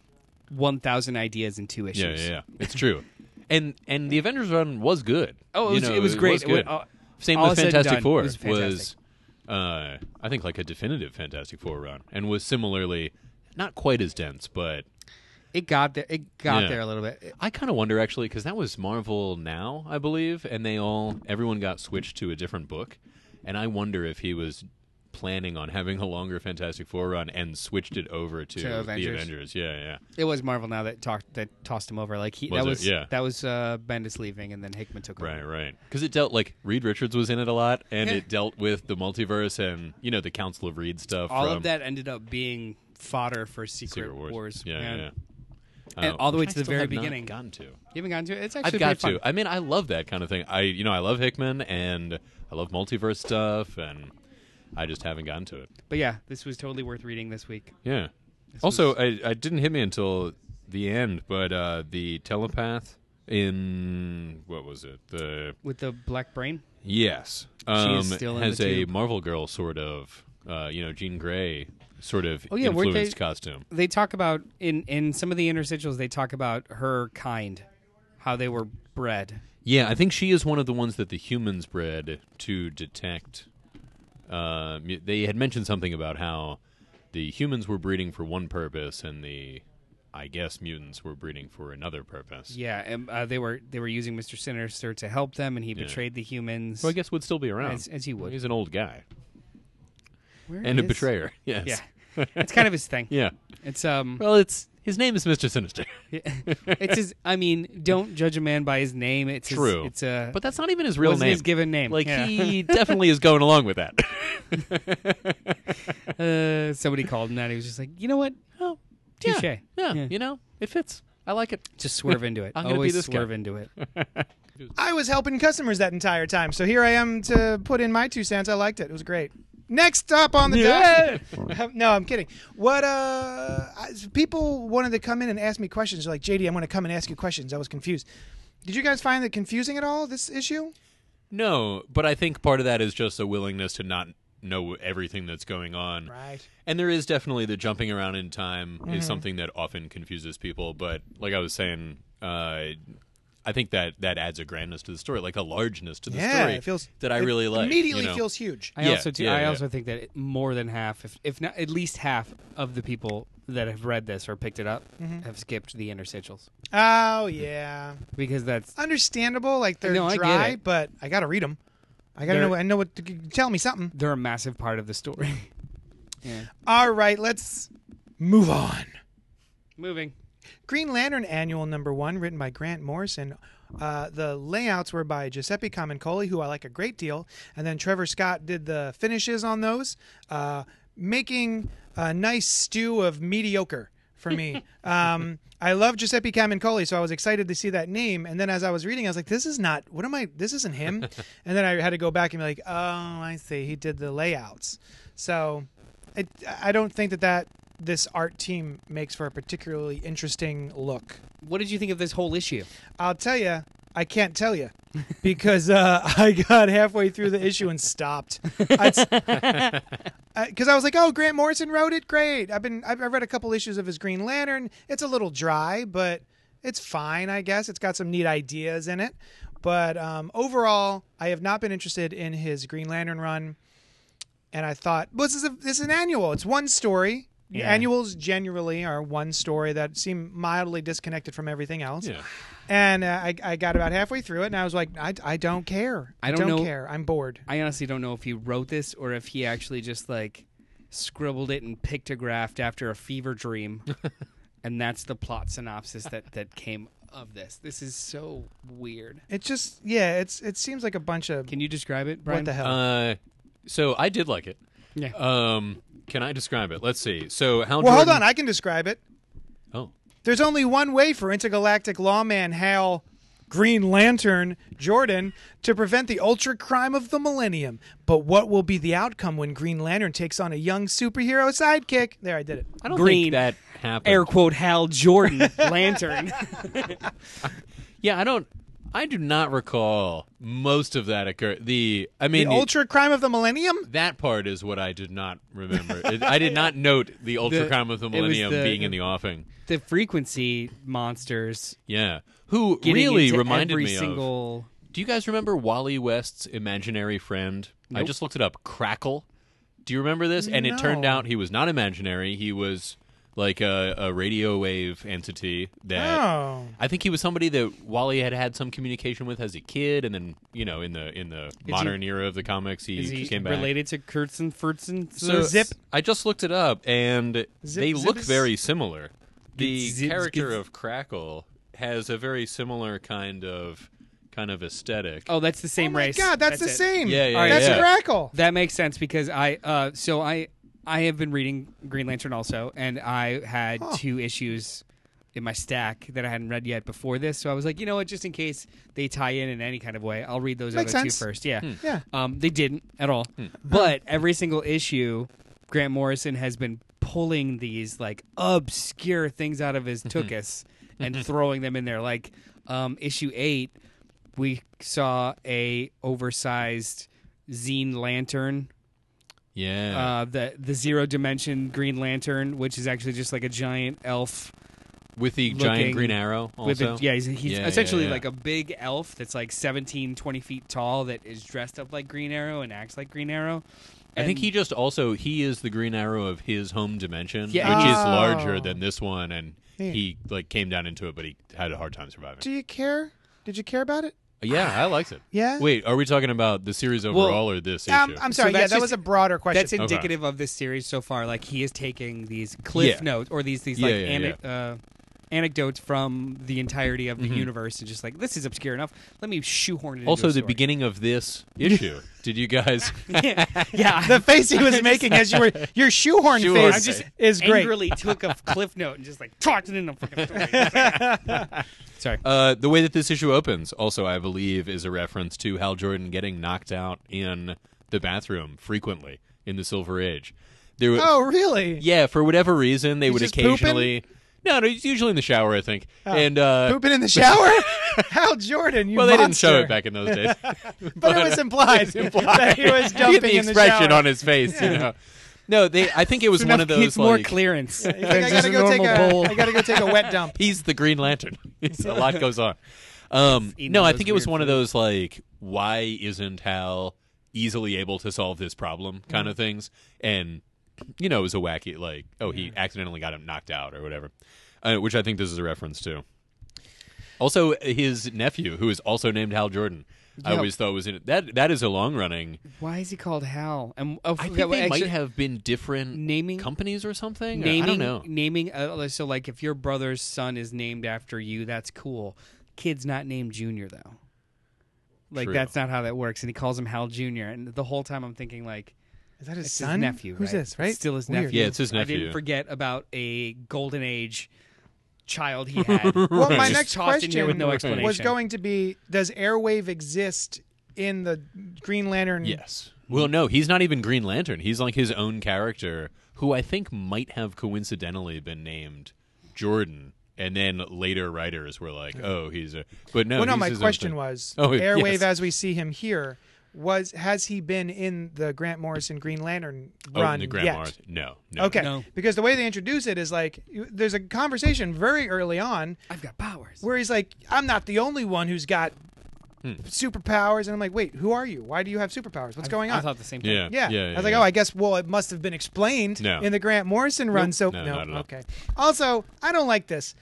Speaker 3: 1,000 ideas in two
Speaker 2: Yeah,
Speaker 3: issues.
Speaker 2: yeah, yeah. It's true. (laughs) And and the Avengers run was good.
Speaker 3: Oh, it
Speaker 2: You
Speaker 3: was-
Speaker 2: know,
Speaker 3: it was great. It wa-
Speaker 2: good.
Speaker 3: all-
Speaker 2: Same
Speaker 3: all
Speaker 2: with
Speaker 3: said and
Speaker 2: Fantastic
Speaker 3: done,
Speaker 2: Four
Speaker 3: it was fantastic.
Speaker 2: uh, I think like a definitive Fantastic Four run, and was similarly not quite as dense, but
Speaker 3: It got there. It got
Speaker 2: Yeah.
Speaker 3: there a little bit.
Speaker 2: I kind of wonder actually because that was Marvel now, I believe, and they all everyone got switched to a different book, and I wonder if he was planning on having a longer Fantastic Four run and switched it over to,
Speaker 3: To
Speaker 2: the
Speaker 3: Avengers.
Speaker 2: Avengers. Yeah, yeah.
Speaker 3: It was Marvel now that talked that tossed him over. Like he
Speaker 2: Was
Speaker 3: that
Speaker 2: it?
Speaker 3: was
Speaker 2: Yeah.
Speaker 3: that was uh, Bendis leaving, and then Hickman took over.
Speaker 2: Right, right. Because it dealt like Reed Richards was in it a lot, and
Speaker 3: Yeah.
Speaker 2: it dealt with the multiverse and you know the Council of Reed stuff.
Speaker 3: All
Speaker 2: from
Speaker 3: of that ended up being fodder for Secret,
Speaker 2: Secret Wars.
Speaker 3: Wars.
Speaker 2: Yeah,
Speaker 3: man.
Speaker 2: yeah.
Speaker 3: And
Speaker 2: Uh,
Speaker 3: all the way
Speaker 2: which I
Speaker 3: to the
Speaker 2: still
Speaker 3: very
Speaker 2: have not
Speaker 3: beginning.
Speaker 2: Gotten to.
Speaker 3: You haven't gotten to it. It's actually
Speaker 2: I've got
Speaker 3: pretty
Speaker 2: to.
Speaker 3: fun.
Speaker 2: I mean, I love that kind of thing. I, you know, I love Hickman and I love multiverse stuff, and I just haven't gotten to it.
Speaker 3: But yeah, this was totally worth reading this week.
Speaker 2: Yeah. also, I, I didn't hit me until the end, but uh, the telepath in what was it? The
Speaker 3: With the Black Brain,
Speaker 2: yes,
Speaker 3: She
Speaker 2: um,
Speaker 3: is still in
Speaker 2: has
Speaker 3: the
Speaker 2: a
Speaker 3: tube.
Speaker 2: Marvel Girl sort of, uh, you know, Jean Grey sort of
Speaker 3: Oh, yeah, weren't
Speaker 2: influenced
Speaker 3: they-
Speaker 2: costume.
Speaker 3: they talk about in in some of the interstitials. They talk about her kind, how they were bred.
Speaker 2: Yeah, I think she is one of the ones that the humans bred to detect. Uh, mu- they had mentioned something about how the humans were breeding for one purpose, and the, I guess, mutants were breeding for another purpose.
Speaker 3: Yeah, and uh, they were they were using Mister Sinister to help them, and he betrayed the humans.
Speaker 2: Who I guess would still be around.
Speaker 3: As- as he would.
Speaker 2: He's an old guy
Speaker 3: Where
Speaker 2: and a
Speaker 3: is-
Speaker 2: betrayer. (laughs) Yes.
Speaker 3: Yeah, it's kind of his thing.
Speaker 2: Yeah.
Speaker 3: It's um,
Speaker 2: Well, it's his name is Mister
Speaker 3: (laughs)
Speaker 2: Sinister.
Speaker 3: it's his. I mean, don't judge a man by his name. It's his-
Speaker 2: True.
Speaker 3: it's a.
Speaker 2: but that's not even his real
Speaker 3: Wasn't
Speaker 2: name.
Speaker 3: his given name.
Speaker 2: Like
Speaker 1: (laughs)
Speaker 3: Yeah.
Speaker 2: he definitely is going along with that.
Speaker 3: uh, somebody called him that. He was just like, you know what?
Speaker 2: oh, yeah,
Speaker 3: Touche.
Speaker 2: yeah.
Speaker 3: Yeah.
Speaker 2: You know, it fits. I like it.
Speaker 3: Just swerve into (laughs) it.
Speaker 2: I'm gonna be
Speaker 3: Always
Speaker 2: this guy.
Speaker 3: swerve into (laughs) it.
Speaker 1: I was helping customers that entire time, so here I am to put in my two cents. I liked it; it was great. Next up on the doc- (laughs) no, I'm kidding. What uh, I, people wanted to come in and ask me questions. They're like, JD, I'm going to come and ask you questions. I was confused. Did you guys find that confusing at all? This issue?
Speaker 2: No, but I think part of that is just a willingness to not know everything that's going on.
Speaker 1: Right.
Speaker 2: And there is definitely the jumping around in time is something that often confuses people. But like I was saying, uh, I think that that adds a grandness to the story, like a largeness to the
Speaker 1: yeah,
Speaker 2: story
Speaker 1: it feels
Speaker 2: that I
Speaker 1: it
Speaker 2: really like.
Speaker 1: Immediately
Speaker 2: you know?
Speaker 1: feels huge.
Speaker 3: I
Speaker 2: Yeah,
Speaker 3: also do,
Speaker 2: yeah,
Speaker 3: I
Speaker 2: yeah.
Speaker 3: also think that it- more than half, if if not at least half of the people that have read this or picked it up have skipped the interstitials
Speaker 1: Oh yeah,
Speaker 3: because that's
Speaker 1: understandable. Like they're
Speaker 3: No, I get
Speaker 1: dry,
Speaker 3: it.
Speaker 1: but I got to read them. I got to
Speaker 3: They're-
Speaker 1: know. I know what. Tell me something.
Speaker 3: they're a massive part of the story. (laughs) yeah.
Speaker 1: All right, let's move on.
Speaker 3: Moving.
Speaker 1: Green Lantern Annual Number One, written by Grant Morrison. Uh, the layouts were by Giuseppe Comancoli, who I like a great deal, and then Trevor Scott did the finishes on those, uh, making a nice stew of mediocre for me. um, I love Giuseppe Comancoli, so I was excited to see that name. And then as I was reading, I was like, "This is not. What am I? This isn't him." and then I had to go back and be like, "Oh, I see. He did the layouts." So I, I don't think that that this art team makes for a particularly interesting look.
Speaker 3: What did you think of this whole issue?
Speaker 1: I'll tell you, I can't tell you because uh, (laughs) I got halfway through the issue and stopped. Because (laughs) I was like, "Oh, Grant Morrison wrote it. Great. I've been I've, I've read a couple issues of his Green Lantern. It's a little dry, but it's fine, I guess. It's got some neat ideas in it. But um, overall, I have not been interested in his Green Lantern run. And I thought, well, this is a, this is an annual. It's one story.
Speaker 3: Yeah.
Speaker 1: Annuals generally are one story that seem mildly disconnected from everything else.
Speaker 2: Yeah.
Speaker 1: And uh, I, I got about halfway through it, and I was like, I, I don't care.
Speaker 3: I don't know-
Speaker 1: care. I'm bored.
Speaker 3: I honestly don't know if he wrote this or if he actually just like scribbled it and pictographed after a fever dream. and that's the plot synopsis that that came of this. This is so weird.
Speaker 1: It just, yeah, it's it seems like a bunch of
Speaker 3: Can you describe it, Brian?
Speaker 1: what the hell.
Speaker 2: Uh, so I did like it.
Speaker 3: Yeah.
Speaker 2: Um, can I describe it? Let's see. So Hal.
Speaker 1: well, hold
Speaker 2: Jordan-
Speaker 1: on, I can describe it.
Speaker 2: oh.
Speaker 1: There's only one way for intergalactic lawman Hal Green Lantern Jordan to prevent the ultra crime of the millennium. But what will be the outcome when Green Lantern takes on a young superhero sidekick? There, I did it.
Speaker 2: I don't think (laughs)
Speaker 3: Green
Speaker 2: that happened.
Speaker 3: Air quote Hal (laughs) Jordan lantern.
Speaker 2: Yeah, I don't. I do not recall most of that occur. The I mean,
Speaker 1: The ultra crime of the millennium?
Speaker 2: that part is what I did not remember. It- I did not note the ultra
Speaker 3: (laughs) The-
Speaker 2: crime of the
Speaker 3: it was
Speaker 2: millennium
Speaker 3: the-
Speaker 2: being in the offing.
Speaker 3: the frequency monsters
Speaker 2: Yeah, who
Speaker 3: getting
Speaker 2: really
Speaker 3: into
Speaker 2: reminded
Speaker 3: every
Speaker 2: me of.
Speaker 3: single
Speaker 2: Do you guys remember Wally West's imaginary friend? I
Speaker 3: Nope.
Speaker 2: just looked it up. Crackle. Do you remember this? And it turned
Speaker 1: No.
Speaker 2: out he was not imaginary. He was like a, a radio wave entity that
Speaker 1: Oh.
Speaker 2: I think he was somebody that Wally had had some communication with as a kid, and then you know in the in the modern era of the comics, he,
Speaker 3: Is he
Speaker 2: came back.
Speaker 3: related to Kurtz and Furtzen?
Speaker 2: So
Speaker 1: Zip.
Speaker 2: I just looked it up, and
Speaker 1: Zip,
Speaker 2: they look
Speaker 1: zips.
Speaker 2: very similar. The
Speaker 3: Zips, zips,
Speaker 2: character
Speaker 3: zips.
Speaker 2: of Crackle has a very similar kind of kind of aesthetic.
Speaker 3: oh, that's the same
Speaker 1: Oh my
Speaker 3: race.
Speaker 1: God, that's, the
Speaker 3: it.
Speaker 1: same.
Speaker 2: Yeah, yeah,
Speaker 1: That's
Speaker 2: yeah.
Speaker 1: Crackle.
Speaker 3: That makes sense because I uh so I I have been reading Green Lantern also and I had two issues in my stack that I hadn't read yet before this. So I was like, you know what, just in case they tie in in any kind of way, I'll read those
Speaker 1: Makes
Speaker 3: other
Speaker 1: sense.
Speaker 3: two first. Yeah.
Speaker 1: Yeah.
Speaker 3: Um they didn't at all.
Speaker 2: Hmm.
Speaker 3: But every single issue Grant Morrison has been pulling these like obscure things out of his
Speaker 2: Mm-hmm.
Speaker 3: tuchus and throwing them in there like um issue 8 we saw a oversized zine lantern
Speaker 2: yeah,
Speaker 3: uh the the zero dimension green lantern which is actually just like a giant elf
Speaker 2: with the giant
Speaker 3: looking-
Speaker 2: green arrow.
Speaker 3: with
Speaker 2: Also,
Speaker 3: a, yeah he's, he's
Speaker 2: Yeah, yeah,
Speaker 3: essentially
Speaker 2: yeah.
Speaker 3: like a big elf that's like 17 20 feet tall that is dressed up like green arrow and acts like green arrow
Speaker 2: I think
Speaker 3: And-
Speaker 2: he just also he is the Green Arrow of his home dimension,
Speaker 3: Yeah.
Speaker 2: which is
Speaker 1: Oh.
Speaker 2: larger than this one, and
Speaker 1: Yeah.
Speaker 2: he like came down into it, but he had a hard time surviving.
Speaker 1: Do you care? Did you care about it?
Speaker 2: yeah, I liked it.
Speaker 1: Yeah?
Speaker 2: Wait, are we talking about the series overall or this issue?
Speaker 1: Um, I'm sorry.
Speaker 3: So
Speaker 1: yeah,
Speaker 3: that's
Speaker 1: that
Speaker 3: just-
Speaker 1: was a broader question.
Speaker 3: that's indicative of this series so far like he is taking these cliff
Speaker 2: Yeah.
Speaker 3: notes or these these
Speaker 2: Yeah,
Speaker 3: like
Speaker 2: yeah, Mm-hmm.
Speaker 3: ane- Uh, anecdotes from the entirety of the universe and just like this is obscure enough let me shoehorn it into
Speaker 2: also
Speaker 3: a
Speaker 2: the
Speaker 3: story.
Speaker 2: beginning of this issue. (laughs) Did you (laughs) guys?
Speaker 3: (laughs) yeah, yeah.
Speaker 1: the face he was making as you were your shoehorn
Speaker 2: Shoehorn
Speaker 1: face
Speaker 2: face.
Speaker 1: is great.
Speaker 3: angrily took a cliff note and just like talked it in a fucking story. (laughs) Sorry.
Speaker 2: Uh, the way that this issue opens, also, I believe, is a reference to Hal Jordan getting knocked out in the bathroom frequently in the Silver Age. There, were-
Speaker 1: Oh, really?
Speaker 2: yeah, for whatever reason, they would
Speaker 1: just pooping? Oh.
Speaker 2: occasionally. No, no, it's usually in the shower, I think. and uh,
Speaker 1: Pooping in the shower? Hal Jordan, you
Speaker 2: well, they didn't show
Speaker 1: monster.
Speaker 2: it back in
Speaker 1: (laughs)
Speaker 2: those days, but,
Speaker 1: But it
Speaker 2: (laughs)
Speaker 1: was implied, that he
Speaker 2: You
Speaker 1: was
Speaker 2: get
Speaker 1: dumping
Speaker 2: the
Speaker 1: in the
Speaker 2: expression
Speaker 1: shower.
Speaker 2: on his face, you know. No, they. I think it was one of those
Speaker 3: more
Speaker 2: like
Speaker 3: clearance.
Speaker 1: He's like, I gotta go take a I gotta go take a wet
Speaker 2: (laughs)
Speaker 1: dump.
Speaker 2: he's the Green Lantern. It's- a lot goes (laughs) on. Um,
Speaker 3: eating
Speaker 2: no,
Speaker 3: all
Speaker 2: I
Speaker 3: those
Speaker 2: think it was
Speaker 3: weird
Speaker 2: one of
Speaker 3: food.
Speaker 2: those like, why isn't Hal easily able to solve this problem kind of things? And you know, it was a wacky like, oh, he accidentally got him knocked out or whatever, uh, which I think this is a reference to. Also, his nephew, who is also named Hal Jordan, I
Speaker 3: Yeah.
Speaker 2: always thought was in it. That that is a long running.
Speaker 3: Why is he called Hal? And oh,
Speaker 2: I think
Speaker 3: okay, well,
Speaker 2: they
Speaker 3: actually,
Speaker 2: might have been different
Speaker 3: naming-
Speaker 2: companies or something.
Speaker 3: naming
Speaker 2: I don't know.
Speaker 3: naming. Uh, so like, if your brother's son is named after you, that's cool. Kid's not named Junior though. Like
Speaker 2: True.
Speaker 3: that's not how that works. And he calls him Hal Junior. And the whole time I'm thinking like,
Speaker 1: Is that his
Speaker 3: It's
Speaker 1: son?
Speaker 3: his nephew.
Speaker 1: Who's
Speaker 3: right?
Speaker 1: this? Right?
Speaker 3: It's still his
Speaker 1: Weird.
Speaker 3: nephew.
Speaker 2: Yeah, it's his
Speaker 3: I
Speaker 2: nephew.
Speaker 3: didn't forget about a golden age
Speaker 2: (laughs)
Speaker 3: child he had.
Speaker 1: (laughs) Well, my
Speaker 3: Just
Speaker 1: next
Speaker 3: tossed in
Speaker 1: question
Speaker 3: here with no explanation
Speaker 1: was going to be: Does airwave exist in the Green Lantern?
Speaker 2: Yes. Well, no, he's not even Green Lantern. He's like his own character, who I think might have coincidentally been named Jordan, and then later writers were like, "Oh, he's a." But no, (laughs)
Speaker 1: well, no.
Speaker 2: he's
Speaker 1: My
Speaker 2: his own
Speaker 1: question
Speaker 2: thing.
Speaker 1: was:
Speaker 2: (laughs) Oh, yes.
Speaker 1: Airwave, as we see him here, was has he been in the Grant Morrison Green Lantern
Speaker 2: Oh,
Speaker 1: run
Speaker 2: the Grand
Speaker 1: yet?
Speaker 2: Mars- No, no.
Speaker 1: Okay,
Speaker 3: No.
Speaker 1: because the way they introduce it is like you- there's a conversation very early on
Speaker 3: I've got powers.
Speaker 1: where he's like, "I'm not the only one who's got
Speaker 2: Hmm.
Speaker 1: superpowers," and I'm like, "Wait, who are you? Why do you have superpowers? What's going on?"
Speaker 3: I thought the same thing.
Speaker 2: Yeah.
Speaker 1: Yeah.
Speaker 2: Yeah.
Speaker 1: I was like,
Speaker 2: yeah.
Speaker 1: oh, I guess, well, it must have been explained
Speaker 2: No.
Speaker 1: in the Grant Morrison run. So,
Speaker 2: No,
Speaker 1: no.
Speaker 2: not at all.
Speaker 1: Okay. Also, I don't like this.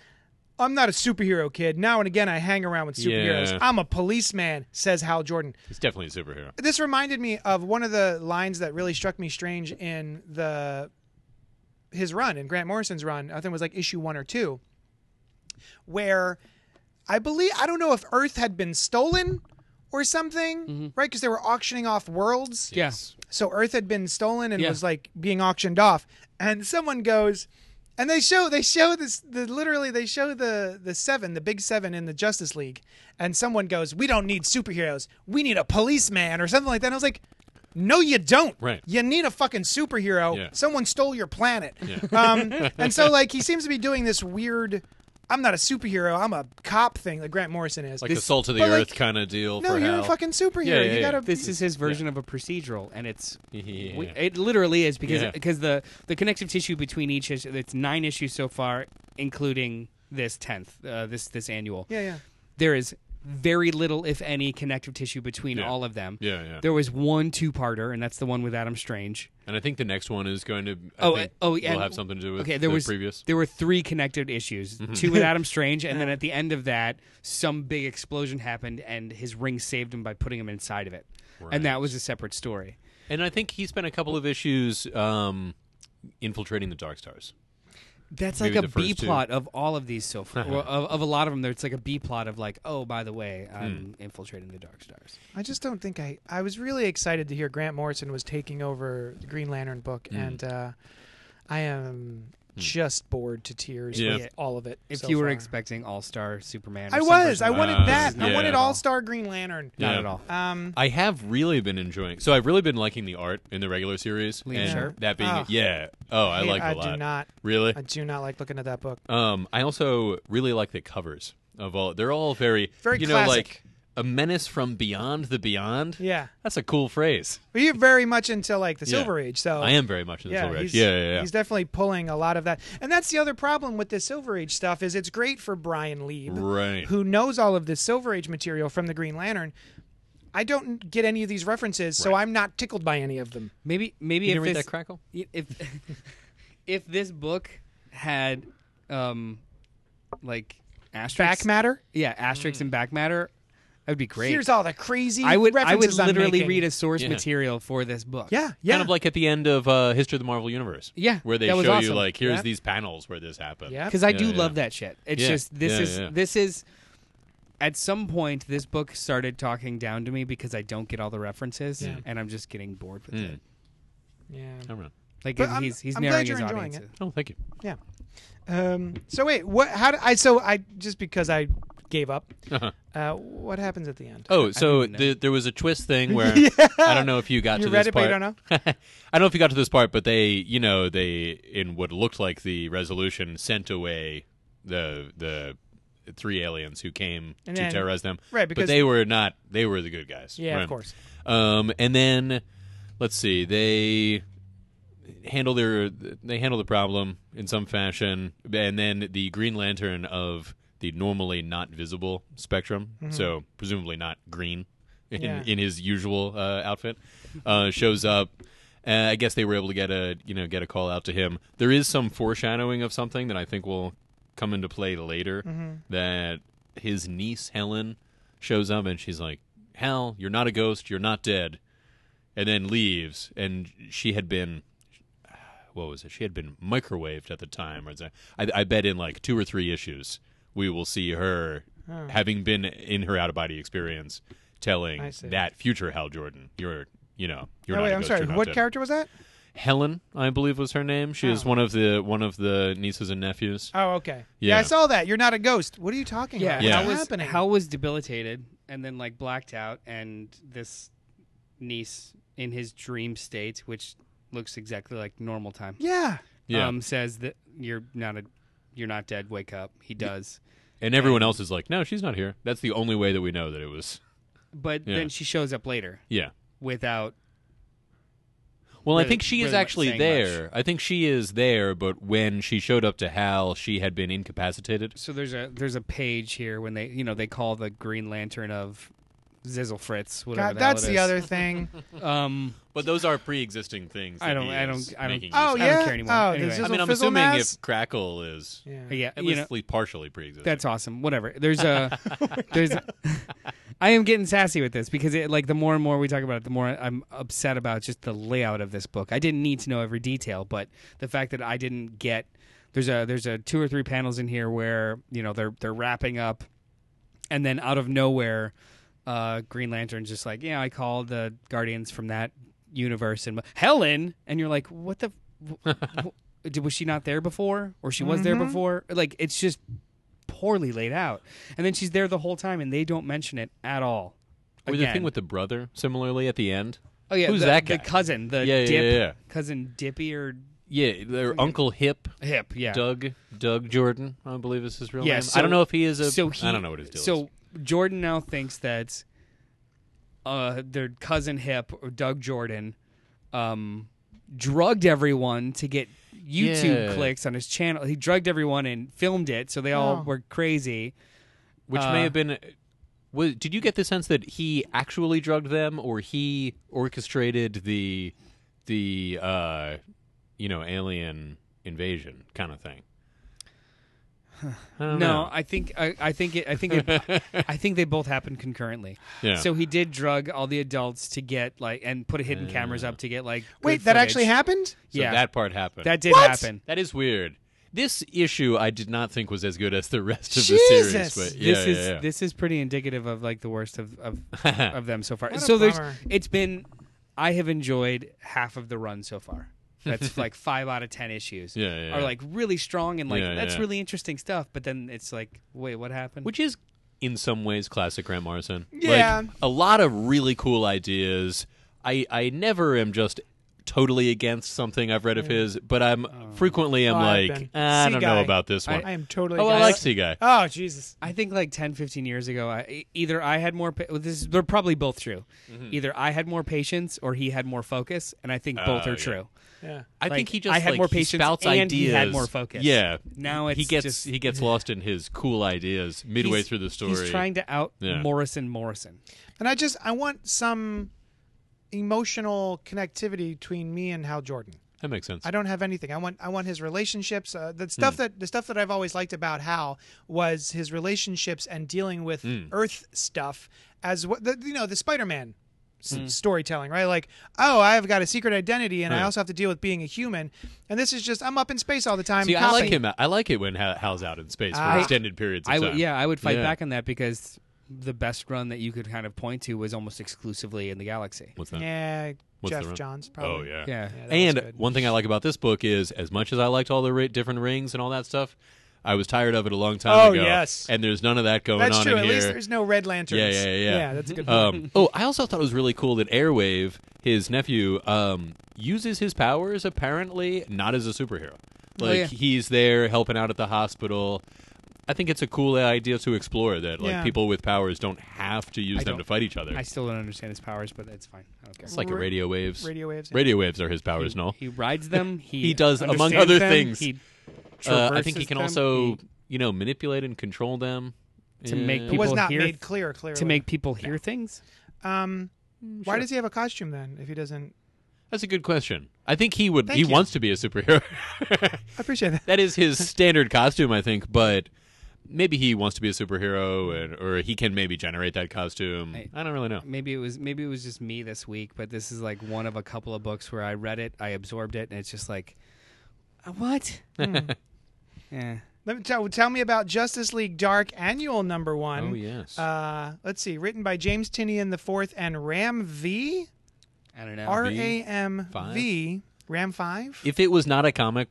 Speaker 1: I'm not a superhero kid. Now and again, I hang around with superheroes.
Speaker 2: Yeah.
Speaker 1: I'm a policeman, says Hal Jordan.
Speaker 2: he's definitely a superhero.
Speaker 1: This reminded me of one of the lines that really struck me strange in the his run in Grant Morrison's run. I think it was like issue one or two, where I believe I don't know if Earth had been stolen or something,
Speaker 2: Mm-hmm.
Speaker 1: right? Because they were auctioning off worlds.
Speaker 3: Yeah.
Speaker 1: So Earth had been stolen and
Speaker 3: Yeah.
Speaker 1: was like being auctioned off, and someone goes, and they show they show this the literally they show the the seven the big seven in the Justice League, and someone goes, we don't need superheroes, we need a policeman or something like that. And I was like. No, you don't.
Speaker 2: Right.
Speaker 1: You need a fucking superhero.
Speaker 2: Yeah.
Speaker 1: Someone stole your planet. (laughs) Um, and so, like, he seems to be doing this weird. I'm not a superhero. I'm a cop thing. Like Grant Morrison is.
Speaker 2: Like
Speaker 3: This-
Speaker 2: the salt of the
Speaker 1: but, like,
Speaker 2: earth kind of deal.
Speaker 1: no,
Speaker 2: for
Speaker 1: you're
Speaker 2: Hal.
Speaker 1: a
Speaker 2: (laughs)
Speaker 1: fucking superhero.
Speaker 2: Yeah, yeah,
Speaker 1: you
Speaker 2: yeah.
Speaker 1: gotta.
Speaker 3: This is his version of a procedural, and it's
Speaker 2: Yeah.
Speaker 3: we- it literally is because
Speaker 2: Yeah.
Speaker 3: because the the connective tissue between each issue. It's nine issues so far, including this tenth, uh, this this annual.
Speaker 1: yeah, yeah.
Speaker 3: There is very little, if any, connective tissue between
Speaker 2: Yeah.
Speaker 3: all of them.
Speaker 2: Yeah, yeah.
Speaker 3: There was one two-parter, and that's the one with Adam Strange.
Speaker 2: And I think the next one is going to. I
Speaker 3: Oh,
Speaker 2: think
Speaker 3: uh, oh, yeah.
Speaker 2: Will have something to do with
Speaker 3: okay, there
Speaker 2: the
Speaker 3: was
Speaker 2: previous. Mm-hmm.
Speaker 3: There were three connected issues: two with Adam Strange, and then at the end of that, some big explosion happened, and his ring saved him by putting him inside of it, and that was a separate story.
Speaker 2: And I think he spent a couple of issues um, infiltrating the Dark Stars.
Speaker 3: That's
Speaker 2: Maybe
Speaker 3: like a
Speaker 2: the first
Speaker 3: B
Speaker 2: two. Uh-huh.
Speaker 3: plot of all of these so far. well, of, of a lot of them, it's like a B plot of like, oh, by the way,
Speaker 2: Hmm.
Speaker 3: I'm infiltrating the Dark Stars.
Speaker 1: I just don't think I. I was really excited to hear Grant Morrison was taking over the Green Lantern book,
Speaker 2: Mm.
Speaker 1: and uh, I am just bored to tears
Speaker 2: Hmm. Yeah.
Speaker 1: with all of it.
Speaker 3: If
Speaker 1: so
Speaker 3: you were
Speaker 1: far.
Speaker 3: expecting All Star Superman, or
Speaker 1: I
Speaker 3: some
Speaker 1: was.
Speaker 3: version
Speaker 1: I
Speaker 3: of
Speaker 1: wanted
Speaker 2: Uh,
Speaker 1: that. I
Speaker 2: yeah.
Speaker 1: wanted All Star Green Lantern.
Speaker 3: Not
Speaker 2: Yeah.
Speaker 3: at all.
Speaker 1: Um,
Speaker 2: I have really been enjoying. So I've really been liking the art in the regular series.
Speaker 3: Liam
Speaker 2: and
Speaker 3: Sharp?
Speaker 2: That being,
Speaker 1: Oh.
Speaker 2: yeah. Oh, I like it
Speaker 1: I
Speaker 2: a lot.
Speaker 1: do not.
Speaker 2: Really?
Speaker 1: I do not like looking at
Speaker 2: (laughs)
Speaker 1: that book.
Speaker 2: Um, I also really like the covers of all. They're all very,
Speaker 1: Very
Speaker 2: you know,
Speaker 1: classic.
Speaker 2: like a menace from beyond the beyond.
Speaker 1: Yeah,
Speaker 2: that's a cool phrase.
Speaker 1: but you're very much into like the
Speaker 2: Yeah.
Speaker 1: Silver Age. So
Speaker 2: I am very much in the Silver Age.
Speaker 1: Oh. he's-
Speaker 2: Yeah, yeah, yeah.
Speaker 1: He's definitely pulling a lot of that, and that's the other problem with this Silver Age stuff is it's great for Brian Lee,
Speaker 2: Right.
Speaker 1: Who knows all of this Silver Age material from the Green Lantern. I don't get any of these references, so I'm not tickled by any of them.
Speaker 3: Maybe maybe
Speaker 2: you
Speaker 3: if
Speaker 2: didn't read
Speaker 3: this,
Speaker 2: that crackle?
Speaker 3: y- if (laughs) if this book had um like asterisks,
Speaker 1: Back matter.
Speaker 3: yeah,
Speaker 2: Hmm.
Speaker 3: asterisks and back matter, that would be great.
Speaker 1: Here's all the crazy.
Speaker 3: I would I would
Speaker 1: references I'm
Speaker 3: literally
Speaker 1: making.
Speaker 3: read a source
Speaker 2: Yeah.
Speaker 3: material for this book.
Speaker 1: Yeah, yeah.
Speaker 2: Kind of like at the end of uh, History of the Marvel Universe.
Speaker 3: Yeah,
Speaker 2: Where they
Speaker 3: that
Speaker 2: show
Speaker 3: was
Speaker 2: you
Speaker 3: awesome.
Speaker 2: like here's
Speaker 1: Yep.
Speaker 2: these panels where this happened.
Speaker 1: Yep.
Speaker 3: because I
Speaker 2: Yeah,
Speaker 3: do
Speaker 2: yeah.
Speaker 3: love that shit. It's
Speaker 2: Yeah,
Speaker 3: just this
Speaker 2: yeah,
Speaker 3: is
Speaker 2: yeah.
Speaker 3: this is at some point this book started talking down to me because I don't get all the references and I'm just getting bored
Speaker 2: Hmm.
Speaker 3: with it.
Speaker 1: Yeah.
Speaker 2: I don't know.
Speaker 3: Like
Speaker 1: But
Speaker 3: he's
Speaker 1: I'm-
Speaker 3: he's
Speaker 1: I'm glad
Speaker 3: narrowing
Speaker 1: you're
Speaker 3: his
Speaker 1: enjoying
Speaker 3: audience.
Speaker 1: it.
Speaker 2: Oh, thank you.
Speaker 1: Yeah. Um, so wait, what? How did I? So I just because I gave up.
Speaker 2: (laughs) Uh-huh.
Speaker 1: Uh, what happens at the end?
Speaker 2: Oh, so
Speaker 3: even know.
Speaker 2: the, there was a twist
Speaker 1: (laughs)
Speaker 2: thing where I don't know if you got
Speaker 1: You
Speaker 2: to
Speaker 1: read
Speaker 2: this
Speaker 1: it, but
Speaker 2: part.
Speaker 1: you don't know?
Speaker 2: (laughs) I don't know if you got to this part, but they, you know, they in what looked like the resolution sent away the the three aliens who came
Speaker 1: And
Speaker 2: to
Speaker 1: then-
Speaker 2: terrorize them.
Speaker 1: right,
Speaker 2: but
Speaker 1: because-
Speaker 2: they were not. They were the good guys.
Speaker 1: Yeah, of
Speaker 2: Right.
Speaker 1: course.
Speaker 2: Um, and then let's see, they handle their they handle the problem in some fashion, and then the Green Lantern of the normally not visible spectrum, so presumably not green in,
Speaker 1: Yeah.
Speaker 2: in his usual uh, outfit, uh, shows up. Uh, I guess they were able to get a you know get a call out to him. There is some foreshadowing of something that I think will come into play later. That his niece Helen shows up and she's like, "Hal, you're not a ghost. You're not dead." and then leaves. And she had been, what was it? She had been microwaved at the time. Or is that- I, I bet in like two or three issues, we will see her having been in her out of body experience,
Speaker 1: I
Speaker 2: telling
Speaker 1: see.
Speaker 2: that future Hal Jordan, "You're, you know, you're
Speaker 1: Oh,
Speaker 2: not
Speaker 1: wait,
Speaker 2: a
Speaker 1: I'm
Speaker 2: ghost,
Speaker 1: sorry.
Speaker 2: you're not
Speaker 1: What
Speaker 2: dead."
Speaker 1: character was that?
Speaker 2: Helen, I believe, was her name. She is one of the one of the nieces and nephews.
Speaker 1: Oh, okay. Yeah. I
Speaker 2: Yeah.
Speaker 1: saw that. You're not a ghost. What are you talking
Speaker 3: Yeah,
Speaker 1: about?
Speaker 2: Yeah.
Speaker 3: Hal
Speaker 1: What's
Speaker 3: was
Speaker 1: happening?
Speaker 3: Hal was debilitated and then like blacked out, and this niece in his dream state, which looks exactly like normal time,
Speaker 1: yeah.
Speaker 2: Yeah.
Speaker 3: um, says that you're not a you're not dead. Wake up. He does,
Speaker 2: and everyone else is like, "No, she's not here." That's the only way that we know that it was.
Speaker 3: but
Speaker 2: Yeah.
Speaker 3: then she shows up later
Speaker 2: Yeah.
Speaker 3: without.
Speaker 2: Well, I
Speaker 3: really-
Speaker 2: think she is
Speaker 3: really much
Speaker 2: actually
Speaker 3: saying
Speaker 2: there. I think she is there, but when she showed up to Hal, she had been incapacitated.
Speaker 3: So there's a there's a page here when they you know they call the Green Lantern of Zizzle Fritz. Whatever
Speaker 1: God,
Speaker 3: the hell
Speaker 1: that's
Speaker 3: it
Speaker 1: the
Speaker 3: is.
Speaker 1: other thing.
Speaker 3: Um,
Speaker 2: But those are pre-existing things.
Speaker 3: I
Speaker 2: that
Speaker 3: don't-
Speaker 2: he
Speaker 3: I don't-
Speaker 2: is
Speaker 3: (laughs) I don't-
Speaker 2: making
Speaker 1: oh
Speaker 2: use
Speaker 1: yeah.
Speaker 2: of.
Speaker 3: don't care anymore.
Speaker 1: Oh,
Speaker 3: Anyway.
Speaker 1: the
Speaker 3: yeah.
Speaker 2: I
Speaker 1: Zizzle
Speaker 2: mean, I'm
Speaker 1: Fizzle
Speaker 2: assuming
Speaker 1: Mass?
Speaker 2: if Crackle is
Speaker 1: Yeah.
Speaker 3: yeah,
Speaker 2: at
Speaker 3: you
Speaker 2: least
Speaker 3: know,
Speaker 2: partially pre-existing.
Speaker 3: That's awesome. Whatever. There's
Speaker 2: (laughs)
Speaker 3: a there's I am getting sassy with this because it like the more and more we talk about it, the more I'm upset about just the layout of this book. I didn't need to know every detail, but the fact that I didn't get there's a there's a two or three panels in here where, you know, they're they're wrapping up and then out of nowhere, uh, Green Lantern's just like, yeah, I called the Guardians from that universe and Helen, and you're like, what the, w-
Speaker 2: (laughs)
Speaker 3: w- did was she not there before, or she was there before? Like it's just poorly laid out, and then she's there the whole time, and they don't mention it at all.
Speaker 2: Or the
Speaker 3: Again.
Speaker 2: thing with the brother, similarly at the end.
Speaker 3: oh yeah,
Speaker 2: who's
Speaker 3: the,
Speaker 2: that
Speaker 3: the
Speaker 2: guy?
Speaker 3: cousin, the
Speaker 2: Yeah, yeah,
Speaker 3: dip,
Speaker 2: yeah, yeah.
Speaker 3: cousin Dippy or
Speaker 2: Yeah, their uncle Hip,
Speaker 3: Hip, yeah,
Speaker 2: Doug, Doug Jordan, I believe is his real
Speaker 3: Yeah,
Speaker 2: name.
Speaker 3: so-
Speaker 2: I don't know if he is a.
Speaker 3: so he,
Speaker 2: I don't know what his deal
Speaker 3: so
Speaker 2: is.
Speaker 3: Jordan now thinks that uh, their cousin Hip or Doug Jordan um, drugged everyone to get YouTube
Speaker 2: Yeah.
Speaker 3: clicks on his channel. He drugged everyone and filmed it, so they all
Speaker 1: Oh.
Speaker 3: were crazy.
Speaker 2: which
Speaker 3: uh,
Speaker 2: may have been was, did you get the sense that he actually drugged them, or he orchestrated the the uh, you know alien invasion kind of thing? I don't
Speaker 3: No,
Speaker 2: know.
Speaker 3: I think I, I think it I
Speaker 2: (laughs)
Speaker 3: think it, I think they both happened concurrently.
Speaker 2: Yeah.
Speaker 3: So he did drug all the adults to get like and put hidden cameras up to get like good
Speaker 1: Wait, that
Speaker 3: footage.
Speaker 1: actually happened?
Speaker 2: So
Speaker 3: yeah.
Speaker 2: that part happened.
Speaker 3: That did happen.
Speaker 2: that is weird. This issue I did not think was as good as the rest of the
Speaker 1: Jesus.
Speaker 2: series. But yeah,
Speaker 3: this
Speaker 2: yeah,
Speaker 3: is
Speaker 2: yeah.
Speaker 3: this is pretty indicative of like the worst
Speaker 2: (laughs)
Speaker 3: of of, of them so far.
Speaker 1: What a
Speaker 3: so there's
Speaker 1: bummer.
Speaker 3: it's been I have enjoyed half of the run so far.
Speaker 2: (laughs)
Speaker 3: That's like five out of ten issues.
Speaker 2: Yeah, yeah,
Speaker 3: Are
Speaker 2: yeah.
Speaker 3: like really strong and like
Speaker 2: Yeah,
Speaker 3: that's
Speaker 2: yeah.
Speaker 3: really interesting stuff. But then it's like, wait, what happened?
Speaker 2: which is in some ways classic Grant Morrison.
Speaker 1: Yeah.
Speaker 2: like, a lot of really cool ideas. I I never am just totally against something I've read of his, but I'm frequently am
Speaker 1: Oh, I've
Speaker 2: like
Speaker 1: been.
Speaker 2: "Ah, I
Speaker 1: Sea
Speaker 2: don't
Speaker 1: guy.
Speaker 2: know about this one.
Speaker 1: I am totally.
Speaker 2: oh, I
Speaker 1: against-
Speaker 2: like Sea Guy.
Speaker 1: Oh Jesus!
Speaker 3: I think like 10, 15 years ago, I, e, either I had more. pa- This is, they're probably both true.
Speaker 2: Mm-hmm.
Speaker 3: Either I had more patience or he had more focus, and I think both
Speaker 2: Oh,
Speaker 3: are
Speaker 2: yeah.
Speaker 3: true.
Speaker 1: Yeah.
Speaker 2: I
Speaker 3: Like,
Speaker 2: think he just
Speaker 3: I had
Speaker 2: like,
Speaker 3: more
Speaker 2: he
Speaker 3: patience
Speaker 2: spouts
Speaker 3: and he
Speaker 2: ideas.
Speaker 3: had more focus.
Speaker 2: Yeah,
Speaker 3: Now
Speaker 2: he
Speaker 3: it's
Speaker 2: gets
Speaker 3: just-
Speaker 2: he gets lost in his cool ideas midway
Speaker 3: He's-
Speaker 2: through the story.
Speaker 3: he's trying to out
Speaker 2: Yeah.
Speaker 3: Morrison Morrison.
Speaker 1: And I just I want some emotional connectivity between me and Hal Jordan.
Speaker 2: that makes sense.
Speaker 1: I don't have anything. I want I want his relationships. Uh,
Speaker 2: Hmm.
Speaker 1: the stuff that the stuff that I've always liked about Hal was his relationships and dealing with
Speaker 2: Hmm.
Speaker 1: Earth stuff as what the, you know the Spider Man.
Speaker 2: Hmm.
Speaker 1: Storytelling, right? Like, oh, I've got a secret identity, and I
Speaker 2: Right.
Speaker 1: also have to deal with being a human. And this is just—I'm up in space all the time.
Speaker 2: See, I like
Speaker 1: copy.
Speaker 2: him. I like it when Ha- Hal's out in space for
Speaker 1: I-
Speaker 2: extended periods of
Speaker 3: I
Speaker 2: time.
Speaker 3: would, yeah, I would fight
Speaker 2: Yeah.
Speaker 3: back on that because the best run that you could kind of point to was almost exclusively in the galaxy.
Speaker 2: What's that?
Speaker 1: Yeah,
Speaker 2: What's the
Speaker 1: Jeff
Speaker 2: run?
Speaker 1: Johns.
Speaker 2: Oh
Speaker 1: Probably.
Speaker 2: yeah.
Speaker 3: Yeah.
Speaker 1: Yeah, that was
Speaker 2: And
Speaker 1: good.
Speaker 2: one thing I like about this book is, as much as I liked all the ri different rings and all that stuff, I was tired of it a long time
Speaker 1: Oh,
Speaker 2: ago.
Speaker 1: yes.
Speaker 2: and there's none of that going
Speaker 1: That's
Speaker 2: on
Speaker 1: true.
Speaker 2: in
Speaker 1: At
Speaker 2: here.
Speaker 1: least there's no red lanterns.
Speaker 2: Yeah, yeah, yeah.
Speaker 1: Yeah, that's a good. point.
Speaker 2: (laughs) um, oh, I also thought it was really cool that Airwave, his nephew, um, uses his powers apparently not as a superhero. Like
Speaker 3: Oh, yeah.
Speaker 2: he's there helping out at the hospital. I think it's a cool idea to explore that like
Speaker 1: Yeah.
Speaker 2: people with powers don't have to use
Speaker 3: I
Speaker 2: them to
Speaker 3: don't-
Speaker 2: fight each other.
Speaker 3: I still don't understand his powers, but it's fine. I don't care.
Speaker 2: it's like a
Speaker 1: Ra-
Speaker 2: radio waves.
Speaker 1: radio waves, yeah.
Speaker 2: Radio waves are his powers, no?
Speaker 3: He
Speaker 2: (laughs)
Speaker 3: rides them. He
Speaker 2: He does, among
Speaker 3: understands
Speaker 2: other
Speaker 3: them,
Speaker 2: things.
Speaker 3: He
Speaker 2: Uh, I think he
Speaker 3: traverses
Speaker 2: can
Speaker 3: them,
Speaker 2: also,
Speaker 3: he-
Speaker 2: you know, manipulate and control them Eh,
Speaker 3: To make
Speaker 1: it was
Speaker 3: people
Speaker 1: not
Speaker 3: hear-
Speaker 1: made clear. Clearly,
Speaker 3: to make people hear things.
Speaker 1: Um,
Speaker 2: Mm,
Speaker 1: why does he have a costume then? If he doesn't,
Speaker 2: That's a good question. I think he would.
Speaker 1: Thank
Speaker 2: he
Speaker 1: you.
Speaker 2: wants to be a superhero. (laughs)
Speaker 1: I appreciate that.
Speaker 2: that is his standard costume, I think. But maybe he wants to be a superhero, and or he can maybe generate that costume. I,
Speaker 3: I-
Speaker 2: don't really know.
Speaker 3: Maybe it was maybe it was just me this week, but this is like one of a couple of books where I read it, I absorbed it, and it's just like,
Speaker 2: (laughs)
Speaker 3: "Uh, what? yeah.
Speaker 1: Let me tell, tell me about Justice League Dark Annual Number One.
Speaker 2: Oh yes.
Speaker 1: Uh, let's see. Written by James Tinian the Fourth and Ram V
Speaker 3: I don't know.
Speaker 1: R A M
Speaker 2: Five?
Speaker 1: V Ram Five.
Speaker 2: if it was not a comic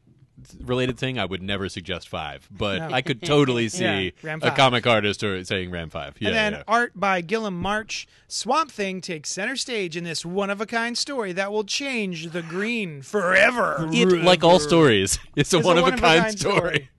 Speaker 2: related thing, I would never suggest five. But
Speaker 1: No.
Speaker 2: I could totally see
Speaker 1: (laughs) Yeah, Ram
Speaker 2: a
Speaker 1: five.
Speaker 2: comic artist or saying Ram Five. Yeah.
Speaker 1: and then
Speaker 2: yeah.
Speaker 1: art by Gillum March. Swamp Thing takes center stage in this one of a kind story that will change the green forever.
Speaker 2: It, like all stories, (laughs) it's a
Speaker 1: It's a
Speaker 2: one of a
Speaker 1: one-of-a-kind
Speaker 2: kind story.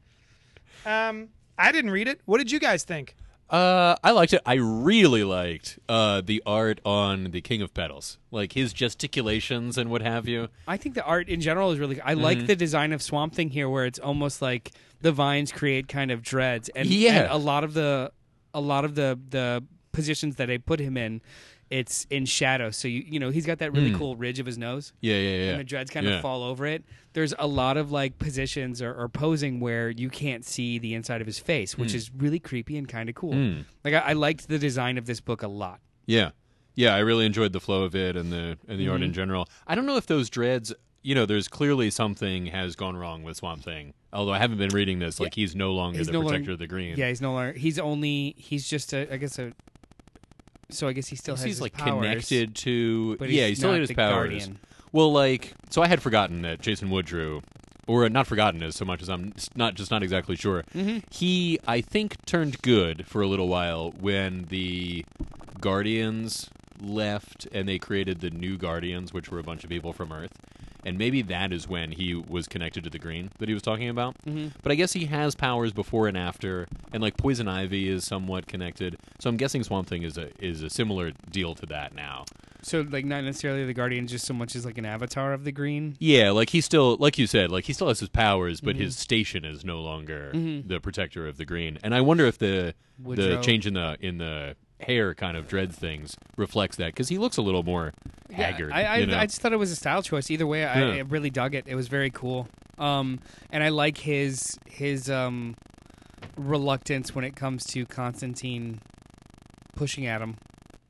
Speaker 1: Um, I didn't read it. What did you guys think?
Speaker 2: Uh, I liked it. I really liked uh, the art on the King of Petals, like his gesticulations and what have you.
Speaker 3: I think the art in general is really. I
Speaker 2: Mm-hmm.
Speaker 3: like the design of Swamp Thing here, where it's almost like the vines create kind of dreads, and,
Speaker 2: Yeah.
Speaker 3: and a lot of the, a lot of the the positions that they put him in, it's in shadow. So you you know he's got that really cool ridge of his nose.
Speaker 2: Yeah, yeah, Mm. yeah.
Speaker 3: and the dreads kind
Speaker 2: Yeah.
Speaker 3: of fall over it. There's a lot of like positions or, or posing where you can't see the inside of his face,
Speaker 2: Mm.
Speaker 3: which is really creepy and kind of cool. Like I, I liked the design of this book a lot.
Speaker 2: Yeah, yeah. I really enjoyed the flow of it and the and the art
Speaker 3: Mm-hmm.
Speaker 2: in general. I don't know if those dreads. You know, there's clearly something has gone wrong with Swamp Thing. Although I haven't been reading this, like he's no longer the
Speaker 3: no
Speaker 2: protector
Speaker 3: longer-
Speaker 2: of the green.
Speaker 3: Yeah, he's no longer. He's only. He's just a. I guess a. So I guess he still has
Speaker 2: he's
Speaker 3: his
Speaker 2: like
Speaker 3: powers.
Speaker 2: connected to.
Speaker 3: but
Speaker 2: yeah,
Speaker 3: he's
Speaker 2: he still
Speaker 3: not
Speaker 2: had his
Speaker 3: the
Speaker 2: powers.
Speaker 3: Guardian.
Speaker 2: Well, like, so I had forgotten that Jason Woodrew, or not forgotten as so much as I'm s- not just not exactly sure.
Speaker 3: Mm-hmm.
Speaker 2: He, I think, turned good for a little while when the Guardians left and they created the new Guardians, which were a bunch of people from Earth. And maybe that is when he was connected to the green that he was talking about.
Speaker 3: Mm-hmm.
Speaker 2: But I guess he has powers before and after, and like poison ivy is somewhat connected. So I'm guessing Swamp Thing is a is a similar deal to that now.
Speaker 3: So like not necessarily the guardian, just so much as like an avatar of the green.
Speaker 2: Yeah, like he still, like you said, like he still has his powers, but his station is no longer the protector of the green. And I wonder if the
Speaker 3: Woodrow.
Speaker 2: the change in the in the hair kind of dreads things reflects that because he looks a little more haggard.
Speaker 3: I, I,
Speaker 2: you know?
Speaker 3: I just thought it was a style choice. Either way, I,
Speaker 2: Yeah.
Speaker 3: I really dug it. It was very cool. Um, and I like his his um, reluctance when it comes to Constantine pushing at him.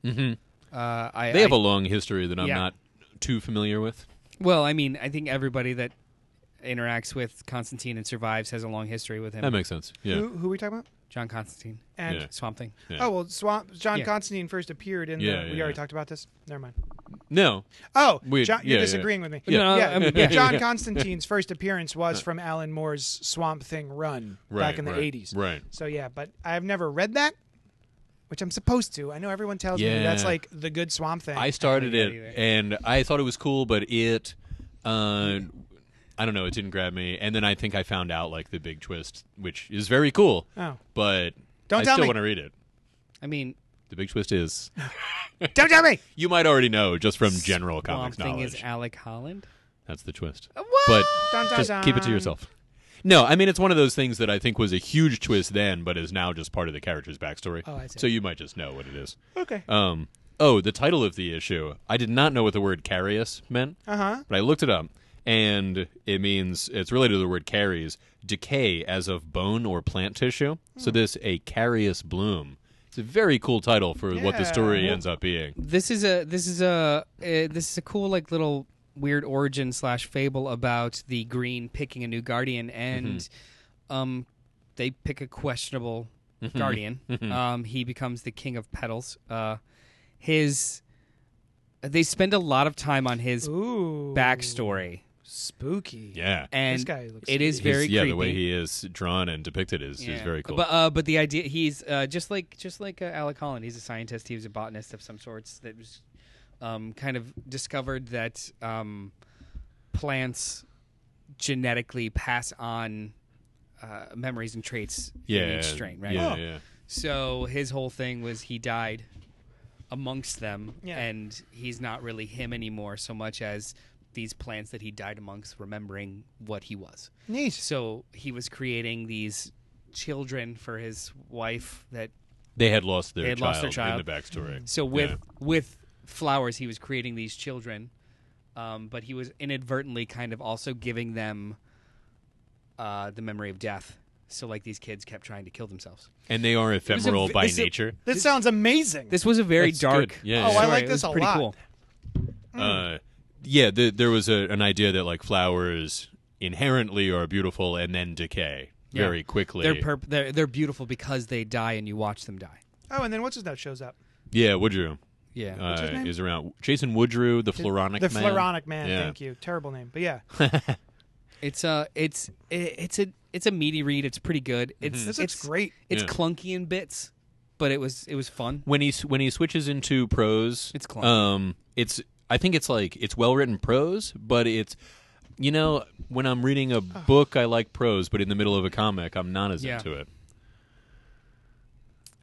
Speaker 2: Mhm.
Speaker 3: Uh, I,
Speaker 2: They have
Speaker 3: I-
Speaker 2: a long history that I'm
Speaker 3: Yeah.
Speaker 2: not too familiar with.
Speaker 3: well. I mean, I think everybody that interacts with Constantine and survives has a long history with him.
Speaker 2: That makes sense. Yeah.
Speaker 1: Who, who are we talking about?
Speaker 3: John Constantine,
Speaker 1: And
Speaker 2: Yeah.
Speaker 3: Swamp Thing.
Speaker 2: Yeah.
Speaker 1: oh well, Swamp, John
Speaker 3: Yeah.
Speaker 1: Constantine first appeared in.
Speaker 2: Yeah,
Speaker 1: the,
Speaker 2: yeah,
Speaker 1: we already
Speaker 2: yeah.
Speaker 1: talked about this. Never mind.
Speaker 2: No.
Speaker 1: Oh,
Speaker 2: We-
Speaker 1: John, you're
Speaker 2: yeah, yeah.
Speaker 1: disagreeing with me.
Speaker 3: Yeah. No, I mean,
Speaker 2: (laughs)
Speaker 3: yeah.
Speaker 1: John Constantine's first appearance was from Alan Moore's Swamp Thing run
Speaker 2: Right,
Speaker 1: back in the
Speaker 2: right,
Speaker 1: 80s.
Speaker 2: right.
Speaker 1: So yeah, but I've never read that, which I'm supposed to. I know everyone tells me that's
Speaker 2: Yeah.
Speaker 1: like the good Swamp Thing.
Speaker 2: I started
Speaker 3: get
Speaker 2: it,
Speaker 3: either.
Speaker 2: and I thought it was cool, but it, uh, I don't know, it didn't grab me. And then I think I found out like the big twist, which is very cool.
Speaker 1: Oh.
Speaker 2: but
Speaker 1: Don't
Speaker 2: I
Speaker 1: tell
Speaker 2: still
Speaker 1: me.
Speaker 2: want to read it.
Speaker 3: I mean,
Speaker 2: The big twist is
Speaker 1: Don't tell me.
Speaker 2: you might already know just from general
Speaker 3: Swamp
Speaker 2: comics
Speaker 3: Thing
Speaker 2: knowledge.
Speaker 3: is Alec Holland.
Speaker 2: That's the twist.
Speaker 3: What?
Speaker 2: But
Speaker 1: Dun, dun,
Speaker 2: just keep it to
Speaker 1: dun.
Speaker 2: yourself. No, I mean it's one of those things that I think was a huge twist then, but is now just part of the character's backstory.
Speaker 1: Oh, I see.
Speaker 2: So you might just know what it is.
Speaker 1: Okay.
Speaker 2: Um. Oh, the title of the issue. I did not know what the word "carious" meant.
Speaker 1: Uh huh.
Speaker 2: But I looked it up, and it means it's related to the word caries, decay as of bone or plant tissue.
Speaker 1: Hmm.
Speaker 2: So this a carious bloom. It's a very cool title for what the
Speaker 1: Yeah.
Speaker 2: story ends up being.
Speaker 3: this is a this is a uh, this is a cool like little weird origin slash fable about the green picking a new guardian and
Speaker 2: Mm-hmm.
Speaker 3: um they pick a questionable guardian
Speaker 2: Mm-hmm.
Speaker 3: um he becomes the king of petals uh his they spend a lot of time on his
Speaker 1: Ooh.
Speaker 3: backstory
Speaker 1: Spooky.
Speaker 2: Yeah.
Speaker 3: and
Speaker 1: This guy looks
Speaker 3: it
Speaker 2: His-
Speaker 3: is very
Speaker 2: yeah,
Speaker 3: creepy
Speaker 2: the way he is drawn and depicted is, is
Speaker 3: Yeah.
Speaker 2: very cool.
Speaker 3: But uh, but the idea he's uh, just like just like uh, Alec Holland. He's a scientist. He was a botanist of some sorts that was um, kind of discovered that um, plants genetically pass on uh, memories and traits in
Speaker 2: yeah,
Speaker 3: each strain, right?
Speaker 2: Yeah,
Speaker 1: Oh.
Speaker 2: yeah.
Speaker 3: So his whole thing was he died amongst them,
Speaker 1: Yeah.
Speaker 3: and he's not really him anymore so much as these plants that he died amongst, remembering what he was.
Speaker 1: Neat.
Speaker 3: So he was creating these children for his wife that
Speaker 2: They had lost their
Speaker 3: They had
Speaker 2: child
Speaker 3: lost their
Speaker 2: in the backstory.
Speaker 3: so with
Speaker 2: Yeah.
Speaker 3: with flowers he was creating these children um, but he was inadvertently kind of also giving them uh, the memory of death so like these kids kept trying to kill themselves
Speaker 2: and they are
Speaker 3: was a
Speaker 2: ephemeral
Speaker 3: v-
Speaker 2: by
Speaker 3: this is-
Speaker 2: nature.
Speaker 1: This sounds amazing.
Speaker 3: this was a very
Speaker 2: That's
Speaker 3: dark
Speaker 2: good. Yeah,
Speaker 1: Oh,
Speaker 2: yeah.
Speaker 1: I
Speaker 3: story.
Speaker 1: like
Speaker 3: It
Speaker 1: this
Speaker 3: was
Speaker 1: a
Speaker 3: pretty
Speaker 1: lot.
Speaker 3: cool Mm.
Speaker 2: Uh, yeah, the, there was a, an idea that like flowers inherently are beautiful and then decay
Speaker 3: Yeah.
Speaker 2: very quickly.
Speaker 3: they're, perp- they're they're beautiful because they die and you watch them die
Speaker 1: oh, and then what's his nut shows up?
Speaker 2: yeah, Woodrow
Speaker 3: yeah
Speaker 2: uh,
Speaker 1: his name?
Speaker 2: is around. Jason Woodrow, the Floronic
Speaker 1: the
Speaker 2: Man.
Speaker 1: Floronic Man.
Speaker 2: Yeah.
Speaker 1: Thank you. Terrible name, but yeah.
Speaker 3: it's uh it's i it's a it's a meaty read it's pretty good
Speaker 2: Mm-hmm.
Speaker 3: it's
Speaker 1: This looks
Speaker 3: it's
Speaker 1: great.
Speaker 3: it's
Speaker 2: Yeah.
Speaker 3: clunky in bits but it was it was fun
Speaker 2: When he s- when he switches into prose,
Speaker 3: It's clunky.
Speaker 2: um, it's I think it's like it's well written prose, but it's you know when I'm reading a book, I like prose, but in the middle of a comic, I'm not as
Speaker 3: Yeah.
Speaker 2: into it.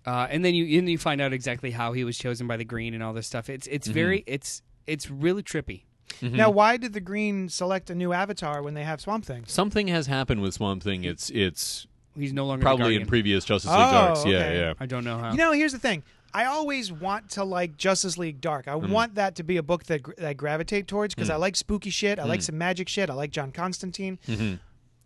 Speaker 3: uh, and then you and you find out exactly how he was chosen by the green and all this stuff. It's
Speaker 2: Mm-hmm.
Speaker 3: it's very it's it's really trippy.
Speaker 1: Now, why did the Green select a new avatar when they have Swamp Thing?
Speaker 2: Something has happened with Swamp Thing. It's it's
Speaker 3: He's no longer the
Speaker 2: probably in
Speaker 3: Guardian.
Speaker 2: previous Justice League
Speaker 1: Oh,
Speaker 2: arcs. Yeah,
Speaker 1: okay.
Speaker 2: yeah.
Speaker 3: I don't know how.
Speaker 1: You know, here's the thing. I always want to like Justice League Dark. I want that to be a book that, gr- that I gravitate towards because I like spooky shit. I like some magic shit. I like John Constantine.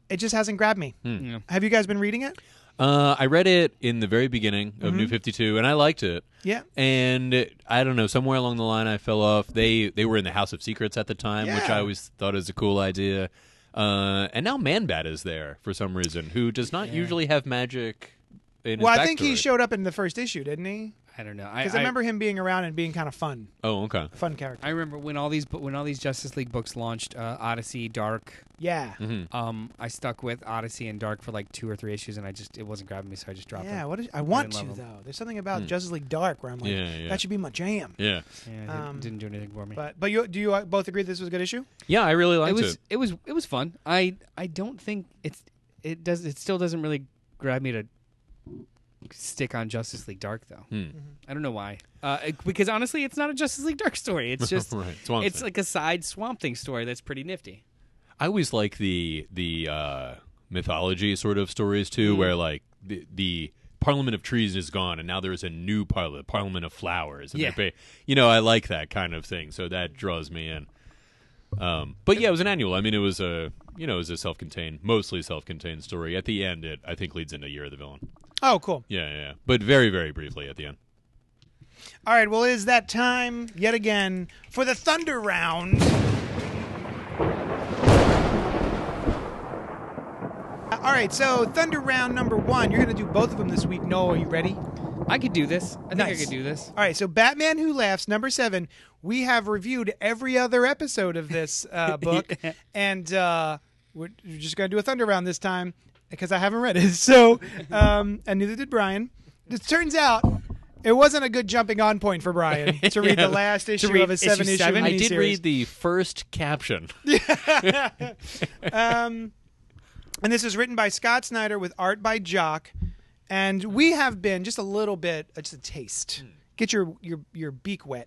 Speaker 1: It just hasn't grabbed me.
Speaker 2: Hmm.
Speaker 3: Yeah.
Speaker 1: Have you guys been reading it?
Speaker 2: Uh, I read it in the very beginning
Speaker 3: Mm-hmm.
Speaker 2: of New Fifty Two, and I liked it.
Speaker 1: Yeah.
Speaker 2: And it- I don't know, somewhere along the line, I fell off. They they were in the House of Secrets at the time, which
Speaker 1: Yeah.
Speaker 2: I always thought is a cool idea. Uh, and now Manbat is there for some reason, who does not usually have magic. In his
Speaker 1: Well, I think he
Speaker 2: backstory.
Speaker 1: showed up in the first issue, didn't he?
Speaker 3: I don't know. I,
Speaker 1: Because I, remember him being around and being kind of fun,
Speaker 2: Oh, okay.
Speaker 1: fun character.
Speaker 3: I remember when all these bu- when all these Justice League books launched, uh, Odyssey, Dark.
Speaker 1: yeah,
Speaker 2: Hmm.
Speaker 3: Um, I stuck with Odyssey and Dark for like two or three issues, and I just it wasn't grabbing me, so I just dropped
Speaker 1: yeah.
Speaker 3: it.
Speaker 1: What is, I want to
Speaker 3: didn't love him.
Speaker 1: though. There's something about Justice League Dark where I'm like,
Speaker 2: Yeah, yeah.
Speaker 1: that should be my jam.
Speaker 2: Yeah,
Speaker 3: Yeah, it didn't-
Speaker 1: Um,
Speaker 3: didn't do anything for me.
Speaker 1: But but you do you uh, both agree this was a good issue?
Speaker 2: yeah. I really liked
Speaker 3: it
Speaker 2: it.
Speaker 3: was it was it was fun. I I don't think it's it does it still doesn't really grab me to stick on Justice League Dark though.
Speaker 2: Hmm.
Speaker 1: Mm-hmm.
Speaker 3: I don't know why. Uh, it- because honestly, it's not a Justice League Dark story.
Speaker 2: (laughs)
Speaker 3: It's just
Speaker 2: Right, Swamp
Speaker 3: it's
Speaker 2: Thing.
Speaker 3: like a side Swamp Thing story that's pretty nifty.
Speaker 2: I always Mm-hmm. like the the uh, mythology sort of stories too, where like the, the Parliament of Trees is gone, and now there is a new Parliament, Parliament of Flowers. And they're
Speaker 3: Yeah.
Speaker 2: ba- you know, I like that kind of thing, so that draws me in. Um, but yeah, it was an annual. I mean, it was a you know, it was a self-contained, mostly self-contained story. At the end, it I think leads into Year of the Villain.
Speaker 1: Oh, cool.
Speaker 2: Yeah, yeah, yeah. but very, very briefly at the end.
Speaker 1: All right, well, it is that time yet again for the Thunder Round. All right, so Thunder Round number one. You're going to do both of them this week. Noah, are you ready?
Speaker 3: I could do this. I think I
Speaker 1: Nice.
Speaker 3: could do this.
Speaker 1: All right, so Batman Who Laughs, number seven. We have reviewed every other episode of this uh, book, and uh, we're we're just going to do a thunder round this time because I haven't read it. (laughs) So, um, and neither did Brian. It turns out it wasn't a good jumping on point for Brian to read
Speaker 2: Yeah,
Speaker 1: the last issue
Speaker 3: read
Speaker 1: of a
Speaker 3: issue
Speaker 1: seven issue
Speaker 3: seven?
Speaker 2: I
Speaker 1: miniseries.
Speaker 2: did read the first caption.
Speaker 1: And this is written by Scott Snyder with art by Jock. And we have been just a little bit, uh, just a taste.
Speaker 2: Hmm.
Speaker 1: Get your your your beak wet.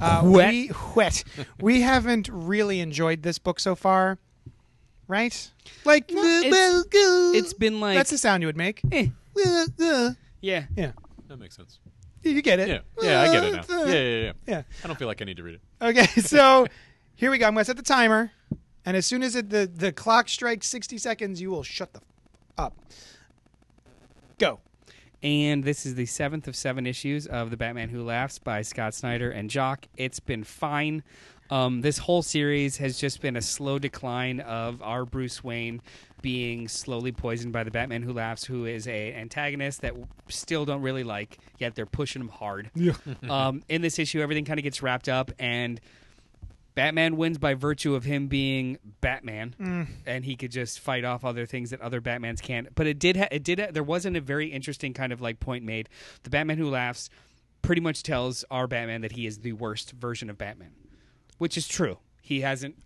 Speaker 1: Uh,
Speaker 3: Wet.
Speaker 1: We,
Speaker 2: (laughs)
Speaker 1: wet. we haven't really enjoyed this book so far, right? Like
Speaker 3: it's- it's been like-
Speaker 1: that's the sound you would make.
Speaker 3: Eh,
Speaker 1: Yeah,
Speaker 3: yeah.
Speaker 2: (laughs) That makes sense.
Speaker 1: you get it. uh,
Speaker 2: Yeah, yeah, I get it (laughs) now. Yeah, yeah, yeah.
Speaker 1: yeah.
Speaker 2: I don't feel like I need to read it.
Speaker 1: Okay, (laughs) so here we go. I'm gonna set the timer, and as soon as it, the the clock strikes 60 seconds, you will shut the f- up. Go.
Speaker 3: And this is the seventh of seven issues of The Batman Who Laughs by Scott Snyder and Jock. It's been fine. Um, this whole series has just been a slow decline of our Bruce Wayne being slowly poisoned by the Batman Who Laughs, who is a antagonist that w- still don't really like, yet they're pushing him hard. (laughs) um, in this issue, everything kind of gets wrapped up, and Batman wins by virtue of him being Batman, and he could just fight off other things that other Batmans can't. But it did. Ha- it did. Ha- there wasn't a very interesting kind of like point made. The Batman who laughs pretty much tells our Batman that he is the worst version of Batman, which is true. He hasn't.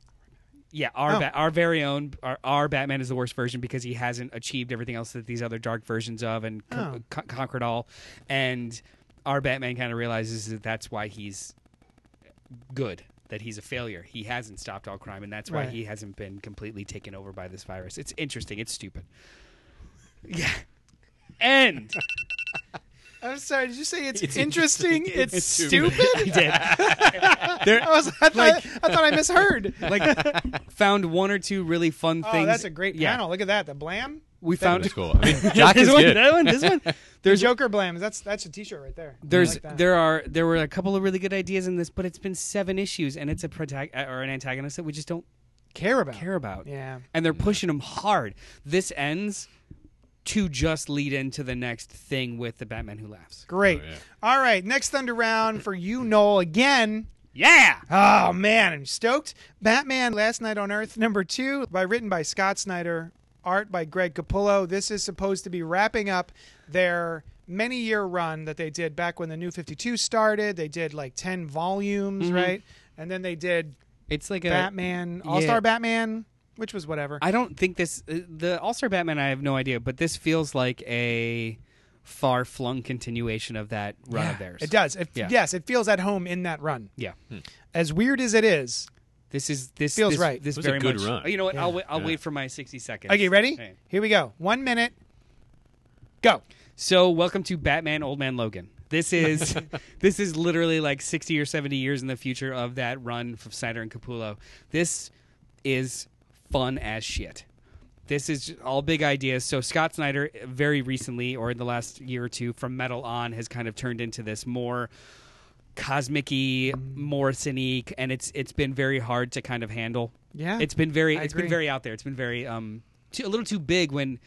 Speaker 3: Yeah, our
Speaker 1: Oh.
Speaker 3: ba- our very own our, our Batman is the worst version because he hasn't achieved everything else that these other dark versions of and con- con- conquered all. And our Batman kind of realizes that that's why he's good that he's a failure. He hasn't stopped all crime, and that's why
Speaker 1: Right.
Speaker 3: he hasn't been completely taken over by this virus. It's interesting. It's stupid. (laughs) Yeah. (laughs) End.
Speaker 1: I'm sorry. Did you say
Speaker 3: (laughs)
Speaker 1: it's, interesting? It's, stupid.
Speaker 3: He
Speaker 1: (laughs)
Speaker 3: did.
Speaker 1: I was. I thought,
Speaker 3: Like-
Speaker 1: I thought I misheard.
Speaker 3: (laughs) Like, found one or two really fun things.
Speaker 1: (laughs) oh, that's a great
Speaker 3: yeah.
Speaker 1: panel. Look at that. The blam.
Speaker 3: We
Speaker 2: That's
Speaker 3: found (laughs)
Speaker 2: cool. (laughs) I mean, Jock
Speaker 3: this
Speaker 2: is
Speaker 3: one,
Speaker 2: good.
Speaker 3: that one, this (laughs) one.
Speaker 1: The
Speaker 3: There's
Speaker 1: Joker blams. That's that's a T-shirt right there. I
Speaker 3: There's
Speaker 1: like that.
Speaker 3: there are there were a couple of really good ideas in this, but it's been seven issues, and it's a protag- or an antagonist that we just don't
Speaker 1: care about.
Speaker 3: care about.
Speaker 1: Yeah. Mm-hmm.
Speaker 3: And they're pushing him hard. This ends to just lead into the next thing with the Batman Who Laughs.
Speaker 1: Great.
Speaker 2: Oh, yeah.
Speaker 1: All right. Next thunder round for you, Noel. Again.
Speaker 3: Yeah.
Speaker 1: Oh man, I'm stoked. Batman: Last Night on Earth, number two, by written by Scott Snyder, art by Greg Capullo. This is supposed to be wrapping up their many-year run that they did back when the New Fifty Two started. They did like ten volumes,
Speaker 3: Mm-hmm.
Speaker 1: right? And then they did
Speaker 3: It's like a
Speaker 1: Batman, All Star
Speaker 3: yeah.
Speaker 1: Batman, which was whatever.
Speaker 3: I don't think this uh, the All Star Batman. I have no idea, but this feels like a far flung continuation of that run of theirs.
Speaker 1: It does. It,
Speaker 3: Yeah.
Speaker 1: Yes, it feels at home in that run.
Speaker 3: Yeah.
Speaker 2: Hmm.
Speaker 1: As weird as it is.
Speaker 3: This is this
Speaker 1: Feels
Speaker 3: this,
Speaker 1: right.
Speaker 3: This
Speaker 2: It was a
Speaker 3: very
Speaker 2: good
Speaker 3: much.
Speaker 2: run.
Speaker 3: Oh, You know what? I'll wait. I'll
Speaker 2: Yeah.
Speaker 3: wait for my sixty seconds.
Speaker 1: Okay, ready?
Speaker 3: Okay.
Speaker 1: Here we go. One minute. Go.
Speaker 3: So, welcome to Batman Old Man Logan. This is (laughs) this is literally like 60 or 70 years in the future of that run from Snyder and Capullo. This is fun as shit. This is all big ideas. So Scott Snyder very recently or in the last year or two from Metal on has kind of turned into this more cosmic-y, Morrison-y and it's it's been very hard to kind of handle.
Speaker 1: Yeah,
Speaker 3: It's been very
Speaker 1: I
Speaker 3: it's
Speaker 1: agree.
Speaker 3: been very out there. It's been very um too, a little too big when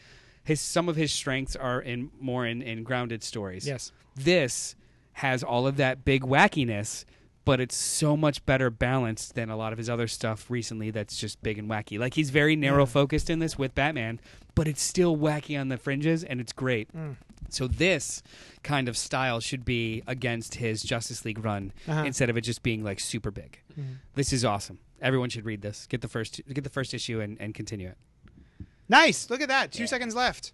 Speaker 3: his some of his strengths are in more in, in grounded stories.
Speaker 1: Yes.
Speaker 3: This has all of that big wackiness, but it's so much better balanced than a lot of his other stuff recently that's just big and wacky. Like he's very narrow focused in this with Batman, but it's still wacky on the fringes and it's great.
Speaker 1: Mm.
Speaker 3: So this kind of style should be against his Justice League run
Speaker 1: Uh-huh.
Speaker 3: instead of it just being like super big.
Speaker 1: Mm-hmm.
Speaker 3: This is awesome. Everyone should read this. Get the first get the first issue and, and continue it.
Speaker 1: Nice. Look at that. Two seconds left.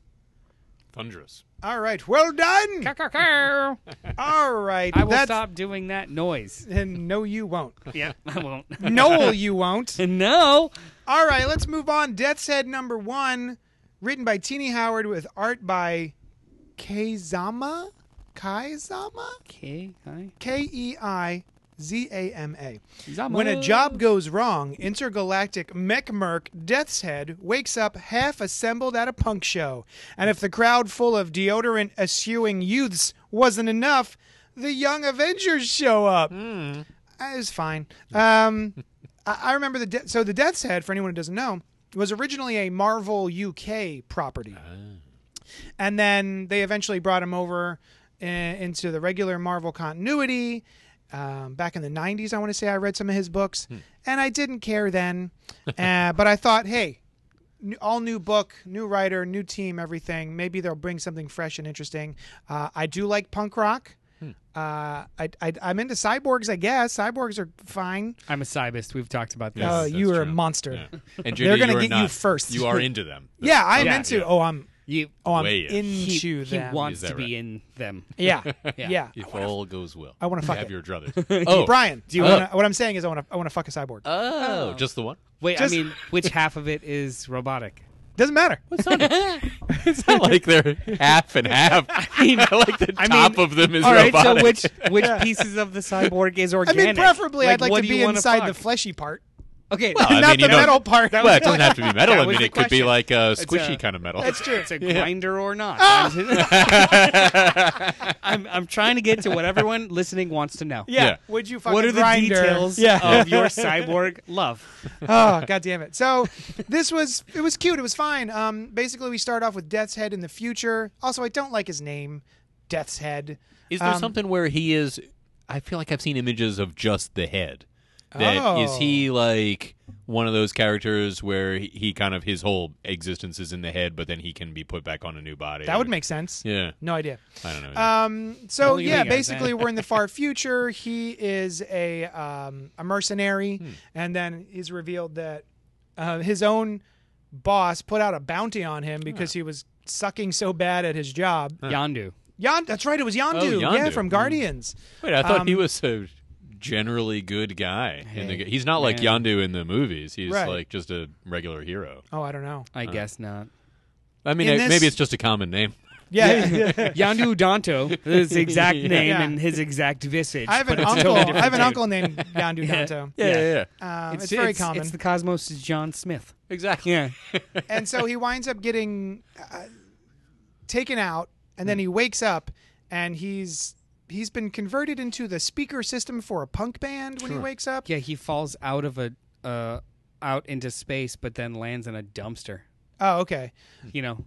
Speaker 2: Thunderous.
Speaker 1: All right. Well done.
Speaker 3: I
Speaker 1: All right.
Speaker 3: will
Speaker 1: That's-
Speaker 3: stop doing that noise.
Speaker 1: And no, you won't.
Speaker 3: Yeah, (laughs) I won't.
Speaker 1: Noel, you won't.
Speaker 3: no.
Speaker 1: All right. E Let's move on. Death's Head number one, written by Teeny Howard with art by Keizama? Kaizama?
Speaker 3: K I
Speaker 1: K E I Z A M A.
Speaker 3: Zama.
Speaker 1: When a job goes wrong, intergalactic mech merc Death's Head wakes up half assembled at a punk show. And if the crowd full of deodorant eschewing youths wasn't enough, the young Avengers show up. Uh, It was fine. Um, (laughs) I, I remember the de- so the Death's Head for anyone who doesn't know was originally a Marvel UK property, and then they eventually brought him over uh, into the regular Marvel continuity. Um, back in the '90s, I want to say I read some of his books,
Speaker 2: Hmm.
Speaker 1: and I didn't care then, (laughs) uh, but I thought, hey. New, all new book, new writer, new team, everything. Maybe they'll bring something fresh and interesting. Uh, I do like punk rock.
Speaker 2: Hmm.
Speaker 1: Uh, I, I I'm into cyborgs. I guess cyborgs are fine.
Speaker 3: I'm a cybist. We've talked about this.
Speaker 1: Oh,
Speaker 2: that's
Speaker 1: you are a
Speaker 2: true.
Speaker 1: monster.
Speaker 2: Yeah. And
Speaker 1: They're
Speaker 2: Judy,
Speaker 1: gonna
Speaker 2: you are
Speaker 1: get you
Speaker 2: not.
Speaker 1: first.
Speaker 2: You are into them.
Speaker 1: Yeah, I'm
Speaker 3: Yeah,
Speaker 1: into.
Speaker 2: (laughs) yeah.
Speaker 1: Oh, I'm.
Speaker 3: you,
Speaker 1: Oh, I'm
Speaker 2: Way in.
Speaker 3: he,
Speaker 1: into
Speaker 3: he
Speaker 1: them.
Speaker 3: wants
Speaker 2: Is
Speaker 3: to
Speaker 2: that right?
Speaker 3: be in them.
Speaker 1: yeah, yeah.
Speaker 3: (laughs) Yeah.
Speaker 2: If all goes well,
Speaker 1: I wanna
Speaker 2: you
Speaker 1: fuck
Speaker 2: have
Speaker 1: it.
Speaker 2: your druthers. (laughs) Oh,
Speaker 1: Brian, do you?
Speaker 2: oh.
Speaker 1: Wanna, what I'm saying is, I want to. I want to fuck a cyborg.
Speaker 3: Uh,
Speaker 2: Oh, just the (laughs) one.
Speaker 3: Wait,
Speaker 1: Just-
Speaker 3: I mean, which half of it is robotic?
Speaker 1: Doesn't matter.
Speaker 2: It's not like they're half (laughs) and half. (laughs) (laughs) I, like the
Speaker 3: (laughs) I
Speaker 2: top
Speaker 3: mean,
Speaker 2: of them is
Speaker 3: All right,
Speaker 2: robotic.
Speaker 3: so which which pieces of the
Speaker 2: (laughs)
Speaker 3: cyborg is
Speaker 1: I
Speaker 3: organic?
Speaker 1: mean, preferably, I'd like
Speaker 3: what
Speaker 1: to
Speaker 3: do
Speaker 1: be
Speaker 3: you wanna
Speaker 1: inside
Speaker 3: fuck?
Speaker 1: the fleshy part,
Speaker 3: okay,
Speaker 2: Well, I
Speaker 1: not
Speaker 2: mean,
Speaker 1: the
Speaker 2: you know-
Speaker 1: metal
Speaker 2: (laughs)
Speaker 1: part.
Speaker 2: well, it
Speaker 3: (laughs)
Speaker 2: doesn't have (laughs) to be metal.
Speaker 3: That
Speaker 2: I
Speaker 3: was
Speaker 2: mean,
Speaker 3: the
Speaker 2: it could be
Speaker 3: question.
Speaker 2: like uh,
Speaker 3: It's
Speaker 2: squishy
Speaker 3: a-
Speaker 2: kind of metal.
Speaker 3: That's true. It's a
Speaker 2: (laughs) Yeah. Ah!
Speaker 3: grinder or not. (laughs) I'm, I'm trying to get to what everyone listening wants to know.
Speaker 1: yeah.
Speaker 2: Yeah.
Speaker 1: Would you fuck
Speaker 3: What
Speaker 1: a
Speaker 3: are the
Speaker 1: grinder?
Speaker 3: details
Speaker 1: Yeah.
Speaker 2: (laughs)
Speaker 3: of your cyborg love?
Speaker 1: oh god damn it so (laughs) this was it was cute it was fine um basically we start off with death's head in the future also i don't like his name death's head
Speaker 2: Is there
Speaker 1: Um,
Speaker 2: something where he is? I feel like I've seen images of just the head. That is
Speaker 1: Oh.
Speaker 2: he like one of those characters where he, he kind of his whole existence is in the head, but then he can be put back on a new body.
Speaker 1: that would make sense
Speaker 2: yeah.
Speaker 1: no idea
Speaker 2: I don't
Speaker 3: Uh,
Speaker 2: know.
Speaker 1: um so
Speaker 3: Only me,
Speaker 1: yeah
Speaker 3: guys,
Speaker 1: basically
Speaker 3: eh?
Speaker 1: we're in the far future he is a um a mercenary and then he's revealed that uh, his own boss put out a bounty on him because he was sucking so bad at his job
Speaker 3: Yandu.
Speaker 1: Yon- that's right it was yandu, yeah
Speaker 2: Yondu.
Speaker 1: from
Speaker 2: Mm.
Speaker 1: guardians
Speaker 2: Wait, I thought he
Speaker 1: um,
Speaker 2: was a generally good guy. in the,
Speaker 3: Hey,
Speaker 2: g- he's not like
Speaker 3: man.
Speaker 2: Yandu in the movies. He's
Speaker 1: Right.
Speaker 2: like just a regular hero.
Speaker 1: oh i don't know
Speaker 3: I guess not.
Speaker 2: I mean,
Speaker 1: In
Speaker 2: it-
Speaker 1: this-
Speaker 2: maybe it's just a common name.
Speaker 1: yeah.
Speaker 3: Yandu Danto,
Speaker 1: (laughs)
Speaker 3: his exact name
Speaker 1: Yeah.
Speaker 3: and his exact visage.
Speaker 1: (laughs) I have an
Speaker 3: but it's a
Speaker 1: uncle.
Speaker 3: totally
Speaker 1: I have an
Speaker 3: different
Speaker 1: uncle named Yandu Danto.
Speaker 2: (laughs) Yeah, yeah, yeah.
Speaker 1: Um,
Speaker 3: dude.
Speaker 1: it's, very common.
Speaker 3: It's the Cosmos' John Smith.
Speaker 2: exactly.
Speaker 3: Yeah.
Speaker 1: and so he winds up getting uh, taken out, and then he wakes up, and he's he's been converted into the speaker system for a punk band when he wakes up.
Speaker 3: Yeah, he falls out of a uh, out into space, but then lands in a dumpster.
Speaker 1: Oh, okay.
Speaker 3: You know,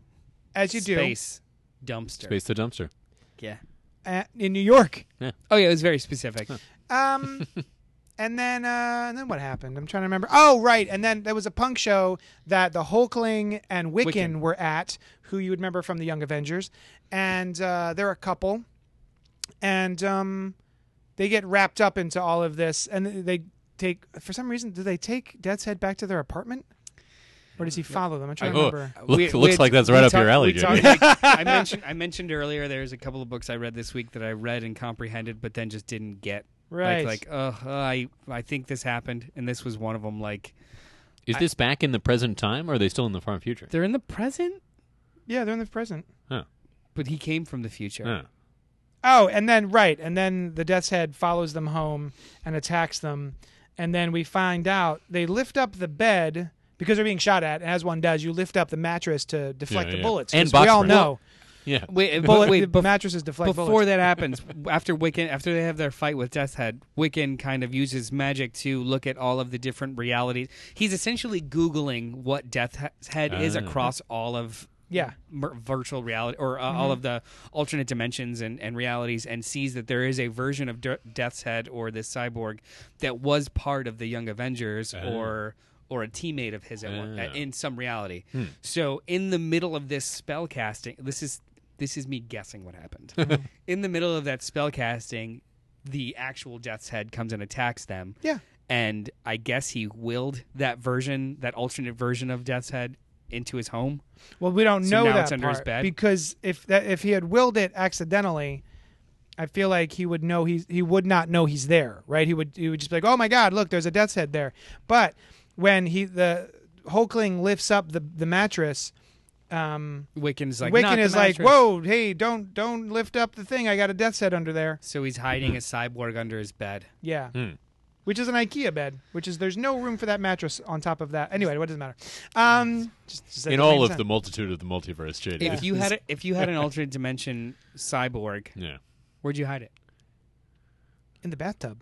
Speaker 1: As you
Speaker 3: space dumpster.
Speaker 2: Space the dumpster.
Speaker 3: Yeah.
Speaker 1: do uh, in New York.
Speaker 3: Oh yeah, it was very specific.
Speaker 1: Um, and then uh, and then what happened? I'm trying to remember. Oh, right. And then there was a punk show that the Hulkling and Wiccan,
Speaker 3: Wiccan.
Speaker 1: were at, who you would remember from the Young Avengers, and uh, they're a couple, and um, they get wrapped up into all of this, and they take for some reason do they take Death's Head back to their apartment, or does he follow them? I'm trying to
Speaker 2: Oh,
Speaker 1: remember.
Speaker 2: look-
Speaker 3: We-
Speaker 2: looks
Speaker 3: we-
Speaker 2: like that's right
Speaker 3: we
Speaker 2: up your
Speaker 3: talked-
Speaker 2: alley,
Speaker 3: we
Speaker 2: Jimmy.
Speaker 3: talked-
Speaker 2: (laughs)
Speaker 3: I mentioned I mentioned earlier there's a couple of books I read this week that I read and comprehended, but then just didn't get.
Speaker 1: Right.
Speaker 3: Like, like oh, I I think this happened, and this was one of them. Like
Speaker 2: Is this back in the present time, or are they still in the far future?
Speaker 3: they're in the present,
Speaker 1: Yeah, they're in the present.
Speaker 2: Huh.
Speaker 3: but he came from the future.
Speaker 2: Huh.
Speaker 1: Oh, and then right, and then the Death's Head follows them home and attacks them, and then we find out they lift up the bed because they're being shot at. As one does, you lift up the mattress to deflect
Speaker 2: Yeah,
Speaker 1: the
Speaker 2: yeah.
Speaker 1: bullets.
Speaker 2: And
Speaker 1: 'cause
Speaker 2: box
Speaker 1: we all
Speaker 2: spring.
Speaker 1: know
Speaker 2: Yeah.
Speaker 1: (laughs)
Speaker 3: Wait, (laughs) but
Speaker 1: bullet
Speaker 3: wait,
Speaker 1: the
Speaker 3: bef-
Speaker 1: mattresses deflect
Speaker 3: before
Speaker 1: bullets. (laughs)
Speaker 3: that happens, after Wiccan, after they have their fight with Death's Head, Wiccan kind of uses magic to look at all of the different realities. He's essentially Googling what Death's Head is
Speaker 2: Ah.
Speaker 3: across all of
Speaker 1: Yeah.
Speaker 3: mer- virtual reality or uh, all of the alternate dimensions and, and realities and sees that there is a version of De- Death's Head or this cyborg that was part of the Young Avengers or or a teammate of his at one,
Speaker 2: Ah.
Speaker 3: in some reality. So in the middle of this spell casting, this is this is me guessing what happened. in the middle of that spell casting, the actual Death's Head comes and attacks them.
Speaker 1: Yeah.
Speaker 3: And I guess he willed that version, that alternate version of Death's Head into his home.
Speaker 1: Well, we don't
Speaker 3: So
Speaker 1: know
Speaker 3: now
Speaker 1: that
Speaker 3: it's under
Speaker 1: part
Speaker 3: his bed?
Speaker 1: because if that if he had willed it accidentally, I feel like he would know he's he would not know he's there, right? He would he would just be like, "Oh my God, look, there's a death's head there." But when he the Hulkling lifts up the the mattress, um,
Speaker 3: Wiccan's like
Speaker 1: Wiccan
Speaker 3: "Not the
Speaker 1: is like,
Speaker 3: mattress."
Speaker 1: "Whoa, hey, don't don't lift up the thing. I got a death set under there."
Speaker 3: So he's hiding a cyborg under his bed.
Speaker 1: Yeah.
Speaker 2: Hmm.
Speaker 1: Which is an IKEA bed, which is there's no room for that mattress on top of that. Anyway, what does it matter?
Speaker 3: Hmm.
Speaker 1: Um, just, just that
Speaker 2: in
Speaker 1: doesn't
Speaker 2: all
Speaker 1: make
Speaker 2: of
Speaker 1: sense.
Speaker 2: the multitude of the multiverse, JD.
Speaker 3: If you had a, if you (laughs) had an alternate dimension cyborg,
Speaker 2: yeah.
Speaker 3: where'd you hide it?
Speaker 1: in the bathtub,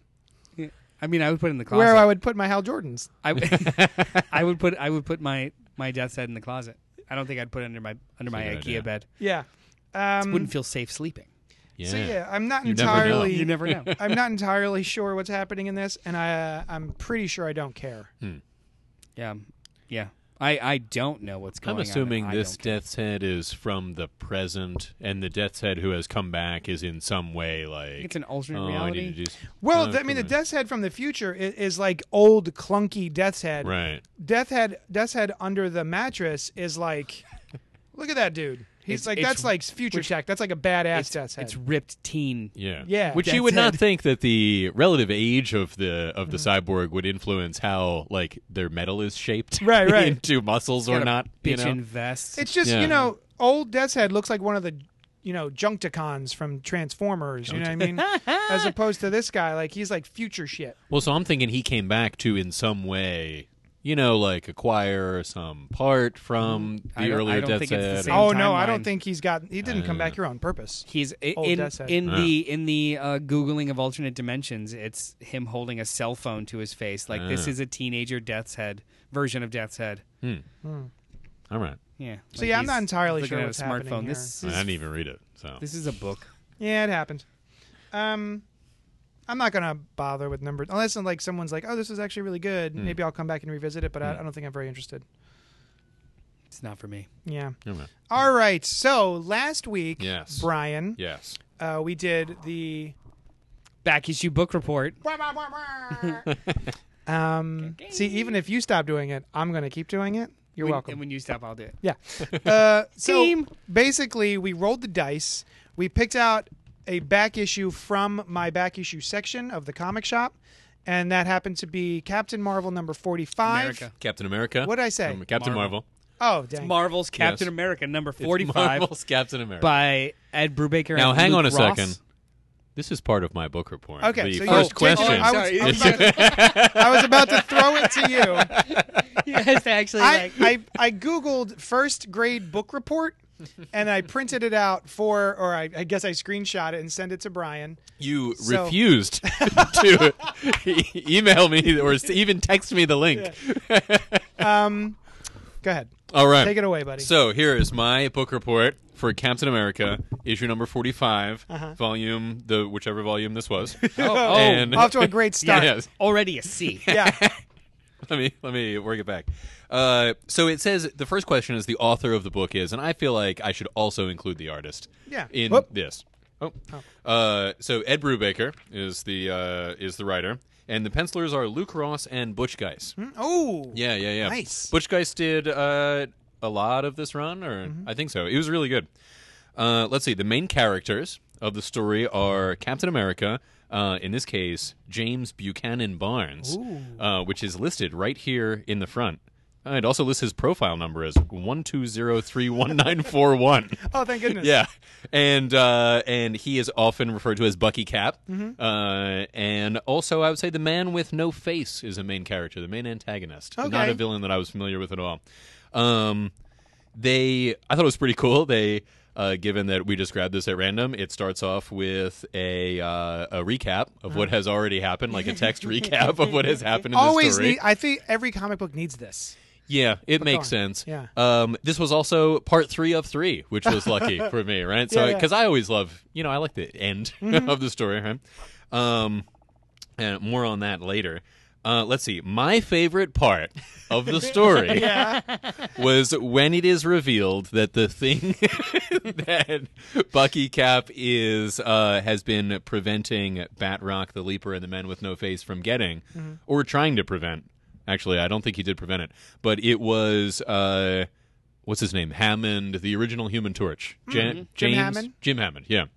Speaker 3: I mean, I would put it in the closet.
Speaker 1: where I would put my Hal Jordans.
Speaker 3: I, w- (laughs) I would put I would put my my death's head in the closet. I don't think I'd put it under my under my
Speaker 2: a
Speaker 3: IKEA
Speaker 2: good idea.
Speaker 3: bed.
Speaker 1: Yeah. Um,
Speaker 3: Wouldn't feel safe sleeping.
Speaker 2: Yeah.
Speaker 1: So yeah, I'm not
Speaker 2: You never know.
Speaker 1: entirely.
Speaker 3: Hmm. You never know.
Speaker 1: (laughs) I'm not entirely sure what's happening in this, and I uh, I'm pretty sure I don't care.
Speaker 3: (laughs)
Speaker 2: Hmm.
Speaker 3: yeah, yeah. I I don't know what's going
Speaker 2: I'm
Speaker 3: on. and
Speaker 2: assuming
Speaker 3: I
Speaker 2: this
Speaker 3: don't care.
Speaker 2: Death's Head is from the present, and the Death's Head who has come back is in some way like
Speaker 3: It's an alternate
Speaker 2: oh, I need
Speaker 3: reality.
Speaker 2: to do. s-
Speaker 1: Well,
Speaker 2: oh,
Speaker 1: th- I mean, the
Speaker 2: come
Speaker 1: Death's Head from the future is, is like old clunky Death's Head.
Speaker 2: on. right.
Speaker 1: Death Head, Death's Head under the mattress is like, (laughs) look at that dude. He's
Speaker 3: It's-
Speaker 1: like
Speaker 3: it's-
Speaker 1: that's like future tech. That's like a badass Death's Head.
Speaker 3: It's ripped teen.
Speaker 2: Yeah.
Speaker 1: Yeah.
Speaker 2: Which you
Speaker 3: Death's
Speaker 2: would not
Speaker 3: Head.
Speaker 2: think that the relative age of the of the
Speaker 1: Mm.
Speaker 2: cyborg would influence how like their metal is shaped (laughs)
Speaker 1: Right, right.
Speaker 2: into muscles or
Speaker 3: Got a
Speaker 2: not. You
Speaker 3: Bitch
Speaker 2: know?
Speaker 3: invest.
Speaker 1: It's just
Speaker 2: Yeah.
Speaker 1: you know, old Death's Head looks like one of the you know Junkticons from Transformers. You know what I mean?
Speaker 3: (laughs)
Speaker 1: As opposed to this guy, like he's like future shit.
Speaker 2: Well, so I'm thinking he came back to in some way, you know, like acquire some part from
Speaker 1: Mm,
Speaker 3: I
Speaker 2: the
Speaker 3: don't- I
Speaker 2: earlier
Speaker 3: don't
Speaker 2: Death's
Speaker 3: think it's the
Speaker 2: Head.
Speaker 3: same.
Speaker 1: Oh no, I
Speaker 3: timeline.
Speaker 1: don't think he's got. He didn't come back here on purpose.
Speaker 3: He's i-
Speaker 1: Old
Speaker 3: in
Speaker 1: Death's Head.
Speaker 3: in
Speaker 2: Yeah.
Speaker 3: the in the uh, googling of alternate dimensions. It's him holding a cell phone to his face. Like this
Speaker 2: Ah.
Speaker 3: is a teenager Death's Head version of Death's Head.
Speaker 2: All right.
Speaker 3: Yeah.
Speaker 1: So yeah, I'm
Speaker 3: he's
Speaker 1: not entirely
Speaker 3: looking
Speaker 1: sure
Speaker 3: at
Speaker 1: what's
Speaker 3: a
Speaker 1: happening
Speaker 3: smartphone.
Speaker 1: here.
Speaker 3: This
Speaker 2: I
Speaker 3: is
Speaker 2: didn't even read it. So
Speaker 3: this is a book.
Speaker 1: Yeah, it happened. Um, I'm not gonna bother with numbers unless like someone's like, "Oh, this is actually really good." Maybe I'll come back and revisit it, but I, I don't think I'm very interested.
Speaker 3: It's not for me.
Speaker 1: Yeah.
Speaker 2: All right.
Speaker 1: All right. So last week,
Speaker 2: Yes.
Speaker 1: Brian,
Speaker 2: Yes.
Speaker 1: uh, we did the
Speaker 3: Back issue book report.
Speaker 1: um. See, even if you stop doing it, I'm gonna keep doing it. You're
Speaker 3: When-
Speaker 1: welcome.
Speaker 3: And when you stop, I'll do it. (laughs)
Speaker 1: Yeah. Uh, so
Speaker 3: Team.
Speaker 1: basically, we rolled the dice. We picked out a back issue from my back issue section of the comic shop, and that happened to be Captain Marvel number forty-five.
Speaker 3: America.
Speaker 2: Captain America.
Speaker 1: What'd I say?
Speaker 2: Um, Captain Marvel.
Speaker 3: Marvel.
Speaker 1: Oh, dang.
Speaker 3: Marvel's Captain
Speaker 2: Yes.
Speaker 3: America number
Speaker 2: It's
Speaker 3: 45
Speaker 2: Marvel's Captain America.
Speaker 3: by Ed Brubaker.
Speaker 2: now,
Speaker 3: and
Speaker 2: hang
Speaker 3: Luke
Speaker 2: on a
Speaker 3: Ross.
Speaker 2: second. This is part of my book report.
Speaker 1: Okay,
Speaker 2: The
Speaker 1: so you-
Speaker 2: first
Speaker 1: oh, Jake,
Speaker 2: question.
Speaker 1: I was- I
Speaker 2: (laughs)
Speaker 1: was about
Speaker 3: (laughs)
Speaker 1: to- I was about to throw it to you.
Speaker 3: You guys
Speaker 1: (laughs)
Speaker 3: actually
Speaker 1: I, I, I googled first grade book report and I printed it out for, or I, I guess I screenshot it and sent it to Brian.
Speaker 2: You
Speaker 1: So-
Speaker 2: refused (laughs) to e- email me or s- even text me the link.
Speaker 1: Go ahead.
Speaker 2: (laughs) All right.
Speaker 1: Take it away, buddy.
Speaker 2: So here is my book report for Captain America, issue number 45
Speaker 1: Uh-huh.
Speaker 2: volume the whichever volume this
Speaker 1: (laughs)
Speaker 2: was.
Speaker 3: oh,
Speaker 2: and-
Speaker 1: Off to a great start.
Speaker 2: (laughs) Yes.
Speaker 3: already a C.
Speaker 1: Yeah.
Speaker 2: (laughs) let me let me work it back. Uh, so it says the first question is the author of the book is, and I feel like I should also include the artist.
Speaker 1: Yeah.
Speaker 2: In
Speaker 1: Whoop.
Speaker 2: this. Oh. Uh, so Ed Brubaker is the uh, is the writer, and the pencilers are Luke Ross and Butch Geis.
Speaker 1: Oh.
Speaker 2: Yeah, yeah, yeah.
Speaker 1: Nice.
Speaker 2: Butch Geist did uh, a lot of this run, or
Speaker 1: Mm-hmm.
Speaker 2: I think so. It was really good. Uh, let's see. The main characters of the story are Captain America. Uh, in this case, James Buchanan Barnes, uh, which is listed right here in the front. Uh, it also lists his profile number as one two zero three one nine four one.
Speaker 1: (laughs) Oh, thank goodness.
Speaker 2: Yeah, and uh, and he is often referred to as Bucky Cap.
Speaker 1: Mm-hmm.
Speaker 2: Uh, and also, I would say the man with no face is a main character, the main antagonist, not
Speaker 1: Okay.
Speaker 2: a villain that I was familiar with at all. Um, they, I thought it was pretty cool. They. Uh, given that we just grabbed this at random, it starts off with a uh, a recap of what has already happened, like a
Speaker 1: (laughs)
Speaker 2: text recap of what has happened. in the
Speaker 1: Uh-huh. Always
Speaker 2: story.
Speaker 1: need, I think every comic book needs this.
Speaker 2: Yeah, it
Speaker 1: on.
Speaker 2: makes sense.
Speaker 1: Yeah.
Speaker 2: Um, this was also part three of three, which was
Speaker 1: (laughs)
Speaker 2: lucky for me, right? So,
Speaker 1: Yeah, Mm-hmm. yeah.
Speaker 2: because I always love, you know, I like the end (laughs) of the story, right? Um, and more on that later. Uh, let's see. My favorite part of
Speaker 1: (laughs)
Speaker 2: the story was when it is revealed that the thing (laughs) that Bucky Cap is uh, has been preventing Batrock the Leaper and the Men with No Face from getting, or trying to prevent. Actually, I don't think he did prevent it, but it was uh, what's his name Hammond, the original Human Torch, Ja- James
Speaker 1: Hammond?
Speaker 2: Jim Hammond, yeah.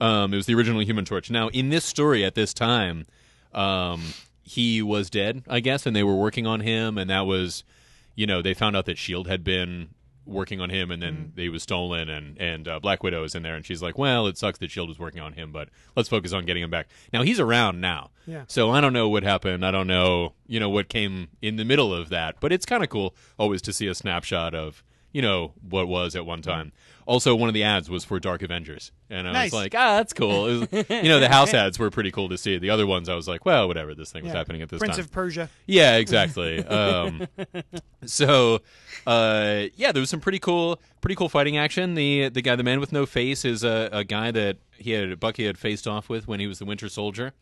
Speaker 2: Um, it was the original Human Torch. Now, in this story, at this time, um, he was dead, I guess, and they were working on him, and that was, you know, they found out that Shield E had been working on him, and then he was stolen, and and uh, Black Widow is in there, and she's like, "Well, it sucks that Shield E was working on him, but let's focus on getting him back." Now he's around now,
Speaker 1: Yeah.
Speaker 2: So I don't know what happened. I don't know, you know, what came in the middle of that, but it's kind of cool always to see a snapshot of. You know what was at one time. Also, one of the ads was for Dark Avengers, and I
Speaker 1: Nice.
Speaker 2: was like, "Ah,
Speaker 1: (laughs)
Speaker 2: that's cool." It was- you know, the house ads were pretty cool to see. The other ones, I was like, "Well, whatever. This thing was
Speaker 1: Yeah.
Speaker 2: happening at this
Speaker 1: Prince
Speaker 2: time." Hmm.
Speaker 1: of Persia.
Speaker 2: Yeah, exactly. Um, so, uh, yeah, there was some pretty cool, pretty cool fighting action. The the guy, the man with no face, is a, a guy that he had Bucky had faced off with when he was the Winter Soldier,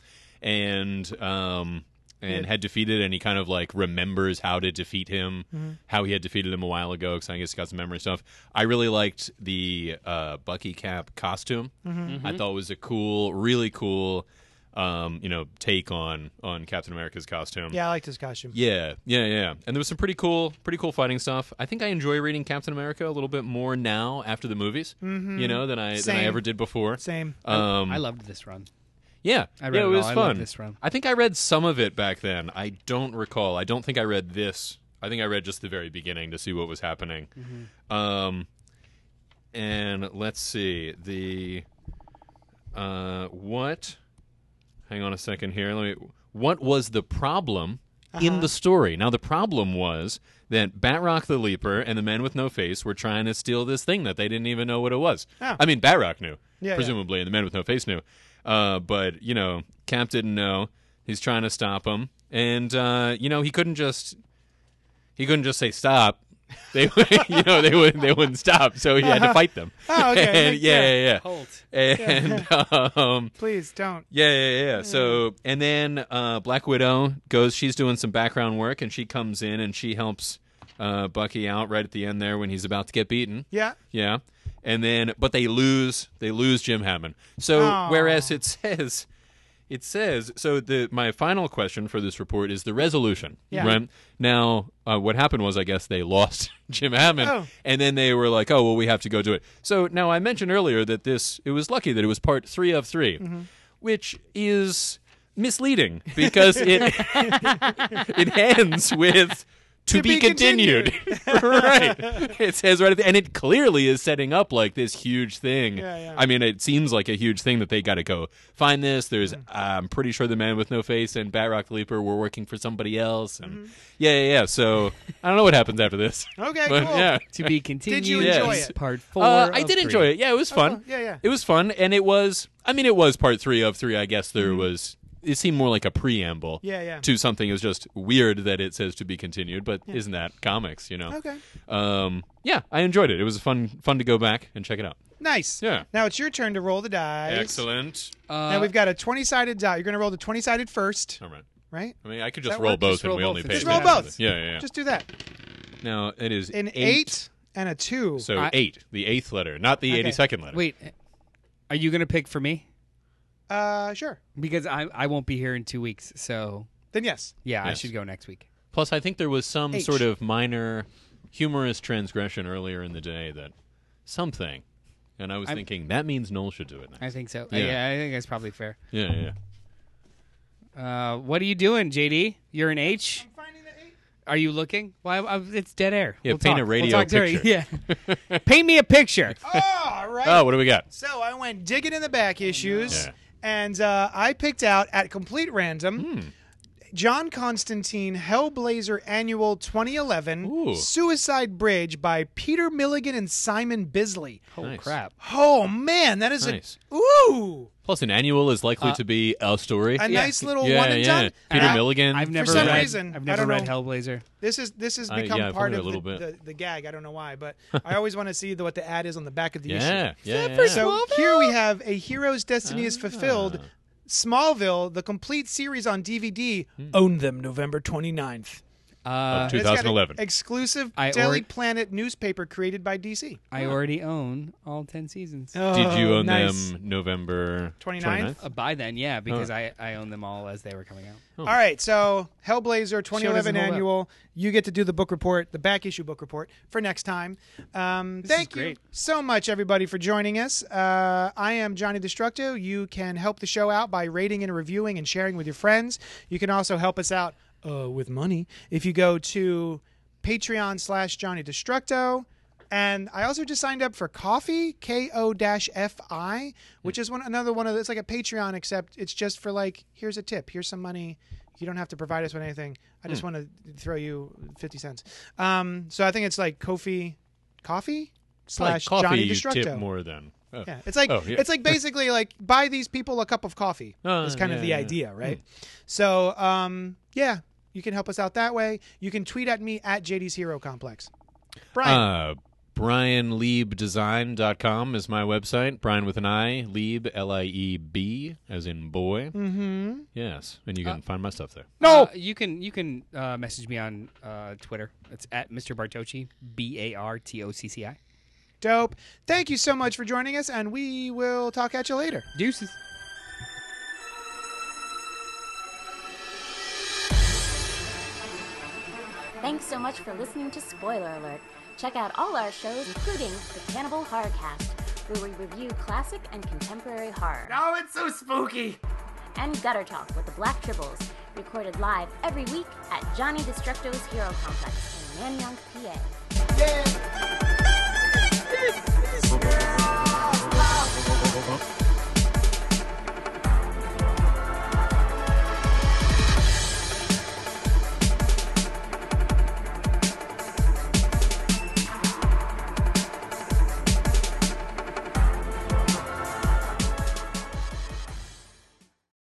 Speaker 2: and um, and had defeated. And he kind of like remembers how to defeat him, how he had defeated him a while ago. Because I guess he got some memory stuff. I really liked the uh, Bucky cap costume. I thought it was a cool, really cool. Um, you know, take on on Captain America's costume.
Speaker 1: Yeah, I liked his costume.
Speaker 2: Yeah, yeah, yeah. And there was some pretty cool, pretty cool fighting stuff. I think I enjoy reading Captain America a little bit more now after the movies,
Speaker 3: Mm-hmm.
Speaker 2: you know, than I than
Speaker 1: Same.
Speaker 2: I ever did before.
Speaker 1: Same.
Speaker 2: (laughs) Um,
Speaker 3: I loved this run.
Speaker 2: yeah,
Speaker 3: I read
Speaker 2: yeah,
Speaker 3: it
Speaker 2: it was
Speaker 3: all. I
Speaker 2: fun.
Speaker 3: love this run.
Speaker 2: I think I read some of it back then. I don't recall. I don't think I read this. I think I read just the very beginning to see what was happening.
Speaker 3: Mm-hmm.
Speaker 2: Um, and let's see the uh, what. Hang on a second here. Let me. What was the problem
Speaker 1: Uh-huh.
Speaker 2: in the story? Now the problem was that Batrock the Leaper and the Man with No Face were trying to steal this thing that they didn't even know what it was.
Speaker 1: Ah.
Speaker 2: I mean, Batrock knew,
Speaker 1: Yeah, yeah.
Speaker 2: presumably, and the Man with No Face knew, uh, but you know, Cap didn't know. He's trying to stop him, and uh, you know, he couldn't just he couldn't just say stop. They (laughs) you know they wouldn't they wouldn't stop, so he had to fight them.
Speaker 1: Oh,
Speaker 2: (laughs)
Speaker 1: okay.
Speaker 2: And- yeah, yeah,
Speaker 3: Holt.
Speaker 2: yeah. And (laughs) um,
Speaker 1: Please don't.
Speaker 2: yeah, yeah, yeah. So, and then uh, Black Widow goes. She's doing some background work, and she comes in and she helps uh, Bucky out right at the end there when he's about to get beaten.
Speaker 1: Yeah.
Speaker 2: Yeah. And then but they lose they lose Jim Hammond. So
Speaker 1: Aw.
Speaker 2: whereas it says it says so the my final question for this report is the resolution.
Speaker 1: Yeah.
Speaker 2: Right? Now uh, what happened was I guess they (laughs) lost Jim Hammond
Speaker 1: Oh.
Speaker 2: and then they were like, "Oh, well we have to go do it." So now I mentioned earlier that this it was lucky that it was part 3 of 3, which is misleading because it (laughs) it ends with to,
Speaker 1: To
Speaker 2: be,
Speaker 1: be
Speaker 2: continued. (laughs) right. It says right at the and it clearly is setting up like this huge thing.
Speaker 1: Yeah, yeah.
Speaker 2: I mean, it seems like a huge thing that they got to go find this. There's
Speaker 1: Mm-hmm.
Speaker 2: I'm pretty sure the man with no face and Batrock Leaper were working for somebody else and
Speaker 1: Mm-hmm.
Speaker 2: yeah, yeah, yeah. So, I don't know what happens after this.
Speaker 1: Okay,
Speaker 2: But,
Speaker 1: cool.
Speaker 2: Yeah.
Speaker 3: To be continued.
Speaker 1: you
Speaker 2: enjoy
Speaker 3: is
Speaker 2: it?
Speaker 3: Part four.
Speaker 2: Uh, I
Speaker 3: of
Speaker 2: did
Speaker 3: three.
Speaker 2: enjoy it. Yeah, it was fun.
Speaker 1: Oh, yeah, yeah.
Speaker 2: It was fun, and it was. I mean, it was part three of three. I guess there was. It seemed more like a preamble.
Speaker 1: Mm-hmm. Yeah, yeah.
Speaker 2: To something. It was just weird that it says to be continued, but isn't that comics? You know.
Speaker 1: Okay.
Speaker 2: Um. Yeah, I enjoyed it. It was fun. Fun to go back and check it out.
Speaker 1: Nice.
Speaker 2: Yeah.
Speaker 1: Now it's your turn to roll the dice.
Speaker 2: Excellent.
Speaker 3: Uh,
Speaker 1: Now we've got a 20 sided die. You're going to roll the 20 sided first,
Speaker 2: All right.
Speaker 1: right?
Speaker 2: I mean, I could just
Speaker 3: That
Speaker 2: roll
Speaker 3: worked.
Speaker 2: both,
Speaker 3: Just
Speaker 2: and
Speaker 3: roll
Speaker 2: we
Speaker 3: both.
Speaker 2: only paid.
Speaker 1: Just roll
Speaker 2: attention.
Speaker 1: both.
Speaker 2: Yeah, yeah. yeah.
Speaker 1: Just do that.
Speaker 2: now it is
Speaker 1: An 8 and a 2.
Speaker 2: So
Speaker 3: I-
Speaker 2: eight, the eighth letter, not the
Speaker 1: Okay.
Speaker 2: eighty-second letter.
Speaker 3: Wait, eh, are you gonna pick for me?
Speaker 1: uh, sure.
Speaker 3: Because I I won't be here in two weeks, so
Speaker 1: Then yes.
Speaker 3: yeah, I
Speaker 2: Yes.
Speaker 3: should go next week.
Speaker 2: Plus, I think there was some
Speaker 1: H.
Speaker 2: sort of minor humorous transgression earlier in the day that something. And I was
Speaker 3: I'm-
Speaker 2: thinking that means Noel should do it next.
Speaker 3: I think so. Uh,
Speaker 2: Yeah.
Speaker 3: yeah I think that's probably fair.
Speaker 2: yeah, yeah.
Speaker 3: Uh, what are you doing, JD? You're an H.
Speaker 1: Finding
Speaker 2: (laughs)
Speaker 1: the 8.
Speaker 3: Are you looking? Why? I, it's dead air.
Speaker 2: Yeah,
Speaker 3: We'll
Speaker 2: paint
Speaker 3: talk.
Speaker 2: a radio
Speaker 3: we'll talk during-
Speaker 2: picture. (laughs)
Speaker 1: (laughs)
Speaker 3: yeah, paint me a picture.
Speaker 1: All right.
Speaker 2: Oh, what do we got?
Speaker 1: So I went digging in the back issues,
Speaker 2: Yeah.
Speaker 1: and uh, I picked out at complete random.
Speaker 2: Hmm.
Speaker 1: John Constantine Hellblazer Annual 2011
Speaker 2: Ooh.
Speaker 1: Suicide Bridge by Peter Milligan and Simon Bisley.
Speaker 3: Oh
Speaker 2: Nice.
Speaker 3: crap!
Speaker 1: Oh man, that is
Speaker 2: Nice.
Speaker 1: a ooh
Speaker 2: Plus, an annual is likely to be a story.
Speaker 1: a nice little
Speaker 2: yeah,
Speaker 1: Uh, one and
Speaker 2: yeah.
Speaker 1: done. Uh,
Speaker 2: Peter
Speaker 1: And I-
Speaker 2: Milligan.
Speaker 3: I've never
Speaker 1: some
Speaker 3: read,
Speaker 1: reason,
Speaker 3: I've
Speaker 1: I
Speaker 3: never
Speaker 1: don't
Speaker 3: read
Speaker 1: know.
Speaker 3: Hellblazer.
Speaker 1: This is this has
Speaker 2: I- yeah,
Speaker 1: become
Speaker 2: I've only
Speaker 1: part
Speaker 2: read
Speaker 1: of
Speaker 2: a little
Speaker 1: the,
Speaker 2: bit.
Speaker 1: the, the gag. I don't know
Speaker 2: (laughs)
Speaker 1: why, but I always want to see the, what the ad is on the back of the issue.
Speaker 2: Yeah, yeah. yeah. Ah.
Speaker 1: So here we have a hero's destiny is fulfilled. Smallville, the complete series on DVD.
Speaker 2: Hmm.
Speaker 1: Own them November 29th.
Speaker 3: Uh,
Speaker 2: two-
Speaker 1: It's got an
Speaker 2: 2011.
Speaker 1: exclusive
Speaker 3: I
Speaker 1: Daily
Speaker 3: already-
Speaker 1: Planet newspaper created by DC.
Speaker 3: I already own all ten seasons.
Speaker 2: Did you
Speaker 1: Oh,
Speaker 2: own
Speaker 1: nice.
Speaker 2: them November
Speaker 1: 29th?
Speaker 3: Uh, by then, yeah, because I, I owned them all as they were coming out.
Speaker 2: Oh.
Speaker 1: All right, so Hellblazer 2011
Speaker 3: hold up.
Speaker 1: annual. You get to do the book report, the back issue book report for next time. Um, thank you
Speaker 3: great.
Speaker 1: so much, everybody, for joining us. Uh, I am Johnny Destructo. You can help the show out by rating and reviewing and sharing with your friends. You can also help us out uh, with money if you go to Patreon slash Johnny Destructo. And I also just signed up for Coffee K O F I, which is one another one of the, it's like a Patreon, except it's just for like here's a tip, here's some money. You don't have to provide us with anything. I just want to throw you fifty cents. Um, so I think it's like Kofi Coffee slash
Speaker 2: like coffee
Speaker 1: Johnny
Speaker 2: you
Speaker 1: Destructo.
Speaker 2: tip more than. Oh.
Speaker 1: Yeah, it's like
Speaker 2: Oh, yeah. (laughs)
Speaker 1: it's like basically like buy these people a cup of coffee.
Speaker 2: Oh,
Speaker 1: is kind of
Speaker 2: yeah,
Speaker 1: the
Speaker 2: yeah. Hmm.
Speaker 1: idea, right? So, um, yeah, you can help us out that way. You can tweet at me at JD's Hero Complex. Brian,
Speaker 2: Uh, BrianLiebDesign.com is my website. Brian with an I, Lieb, L I E B, as in boy. Mm-hmm. Yes, and you can find my stuff there.
Speaker 1: no,
Speaker 3: Uh, you can you can uh, message me on uh, Twitter. It's at Mr. Bartocci, B A R T O C C I.
Speaker 1: dope. Thank you so much for joining us, and we will talk at you later.
Speaker 3: Deuces.
Speaker 4: Thanks so much for listening to Spoiler Alert. Check out all our shows, including the Cannibal Horrorcast, where we review classic and contemporary horror.
Speaker 5: Oh, it's so spooky.
Speaker 4: and Gutter Talk with the Black Tribbles, recorded live every week at Johnny Destructo's Hero Complex in Nanyang, PA.
Speaker 5: Yeah.